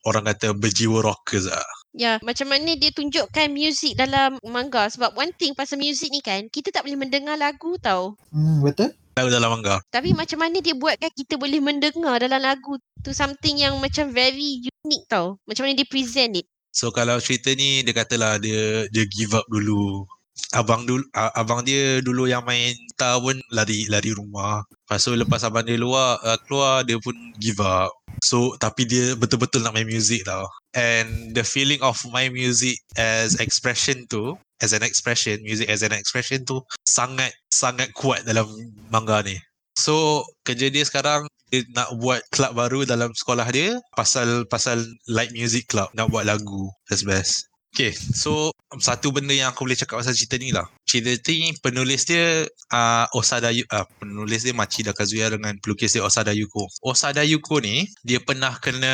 B: orang kata berjiwa rockers lah.
D: Ya, macam mana dia tunjukkan muzik dalam manga sebab one thing pasal muzik ni kan, kita tak boleh mendengar lagu tau.
C: Hmm, betul?
B: Lagu dalam manga.
D: Tapi macam mana dia buatkan kita boleh mendengar dalam lagu tu something yang macam very unique tau. Macam mana dia present it.
B: So kalau cerita ni dia katalah dia dia give up dulu. Abang dulu a- abang dia dulu yang main gitar pun lari lari rumah. Lepas tu lepas abang dia luar uh, keluar dia pun give up. So tapi dia betul-betul nak main music tau. And the feeling of my music as expression tu as an expression, music as an expression tu sangat sangat kuat dalam manga ni. So kerja dia sekarang dia nak buat club baru dalam sekolah dia pasal pasal light music club nak buat lagu that's best Okay, so satu benda yang aku boleh cakap pasal cerita ni lah. Cerita ni penulis dia uh, Osada Yu, uh, penulis dia Machida Kazuya dengan pelukis dia Osada Yuko. Osada Yuko ni dia pernah kena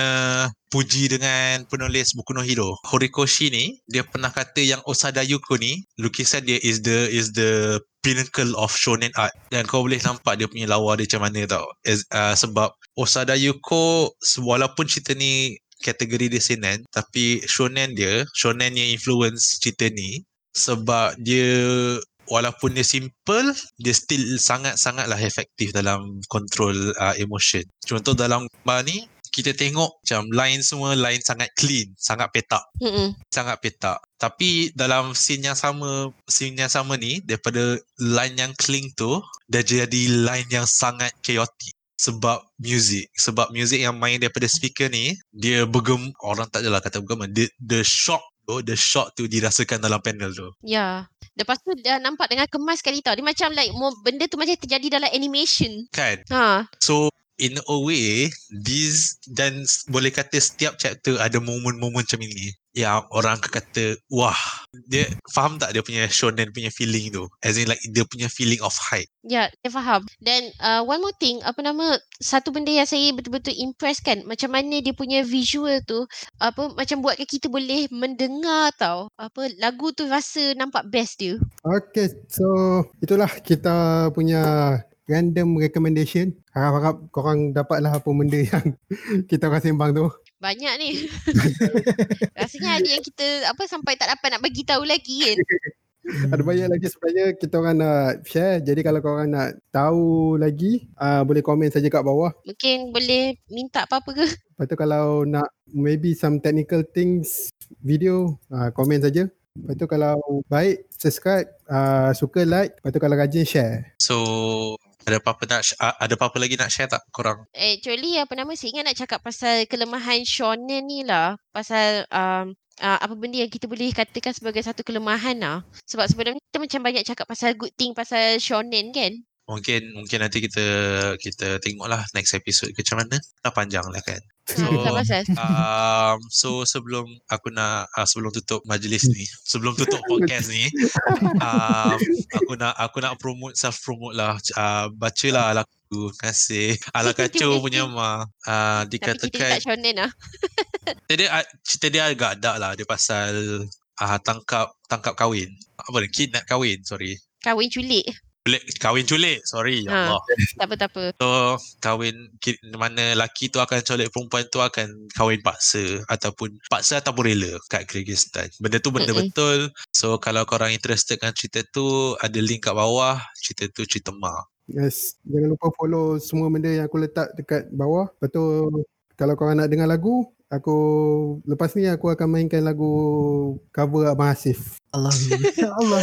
B: puji dengan penulis Boku no Hero. Horikoshi ni dia pernah kata yang Osada Yuko ni lukisan dia is the is the pinnacle of shonen art dan kau boleh nampak dia punya lawa dia macam mana tau As, uh, sebab Osada Yuko se- walaupun cerita ni kategori dia seinen tapi shonen dia shonen yang influence cerita ni sebab dia walaupun dia simple dia still sangat-sangatlah efektif dalam control uh, emotion contoh dalam gambar ni kita tengok macam line semua line sangat clean sangat petak
D: Mm-mm.
B: sangat petak. Tapi dalam scene yang sama, scene yang sama ni daripada line yang cling tu dah jadi line yang sangat chaotic sebab music sebab music yang main daripada speaker ni dia bergem orang tak adalah kata bergema the, the shock tu the shock tu dirasakan dalam panel tu
D: Ya. Lepas tu dah nampak dengan kemas sekali tau. Dia macam like mo- benda tu macam terjadi dalam animation.
B: kan
D: Ha.
B: so in a way these dan s- boleh kata setiap chapter ada momen-momen macam ini yang orang akan kata wah dia faham tak dia punya shonen punya feeling tu as in like dia punya feeling of hype
D: Ya, saya faham. Dan uh, one more thing, apa nama, satu benda yang saya betul-betul impress kan, macam mana dia punya visual tu, apa macam buatkan kita boleh mendengar tau. Apa lagu tu rasa nampak best dia.
A: Okay, so itulah kita punya random recommendation. Harap-harap korang dapatlah apa benda yang kita akan sembang tu.
D: Banyak ni. Rasanya ada yang kita apa sampai tak dapat nak bagi tahu lagi kan.
C: Hmm.
A: Ada banyak lagi sebenarnya kita orang nak share. Jadi kalau korang nak tahu lagi, uh, boleh komen saja kat bawah.
D: Mungkin boleh minta apa-apa ke?
A: Lepas tu kalau nak maybe some technical things video, uh, komen saja. Lepas tu kalau baik, subscribe, uh, suka like. Lepas tu kalau rajin share.
B: So ada apa-apa nak sh- a- ada apa-apa lagi nak share tak korang?
D: Actually apa nama saya ingat nak cakap pasal kelemahan shonen ni lah. Pasal um, uh, apa benda yang kita boleh katakan sebagai satu kelemahan lah. Sebab sebelum ni kita macam banyak cakap pasal good thing pasal shonen kan.
B: Mungkin mungkin nanti kita kita tengoklah next episode ke macam mana. Dah panjang lah kan.
D: Ha,
B: So
D: pasal pasal.
B: um, so sebelum aku nak uh, sebelum tutup majlis ni, sebelum tutup podcast ni, um, aku nak aku nak promote self promote lah. Uh, bacalah lagu kasih ala kacau punya ma uh,
D: Tapi kita
B: dikatakan
D: tak shonen lah.
B: cerita dia a- cerita dia agak dark lah dia pasal uh, tangkap tangkap kahwin apa ni kidnap kahwin sorry
D: Kahwin culik.
B: culik kahwin culik sorry ya
D: Ha.
B: Allah
D: Tak apa tak apa.
B: so kahwin ki- mana lelaki tu akan culik perempuan tu akan kahwin paksa ataupun paksa ataupun rela kat Kyrgyzstan benda tu
D: Mm-mm.
B: benda betul So kalau korang interested kan cerita tu ada link kat bawah. Cerita tu cerita mak.
A: Yes. Jangan lupa follow semua benda yang aku letak dekat bawah. Lepas tu kalau korang nak dengar lagu, aku lepas ni aku akan mainkan lagu cover Abang Hasif.
C: Allah. Allah.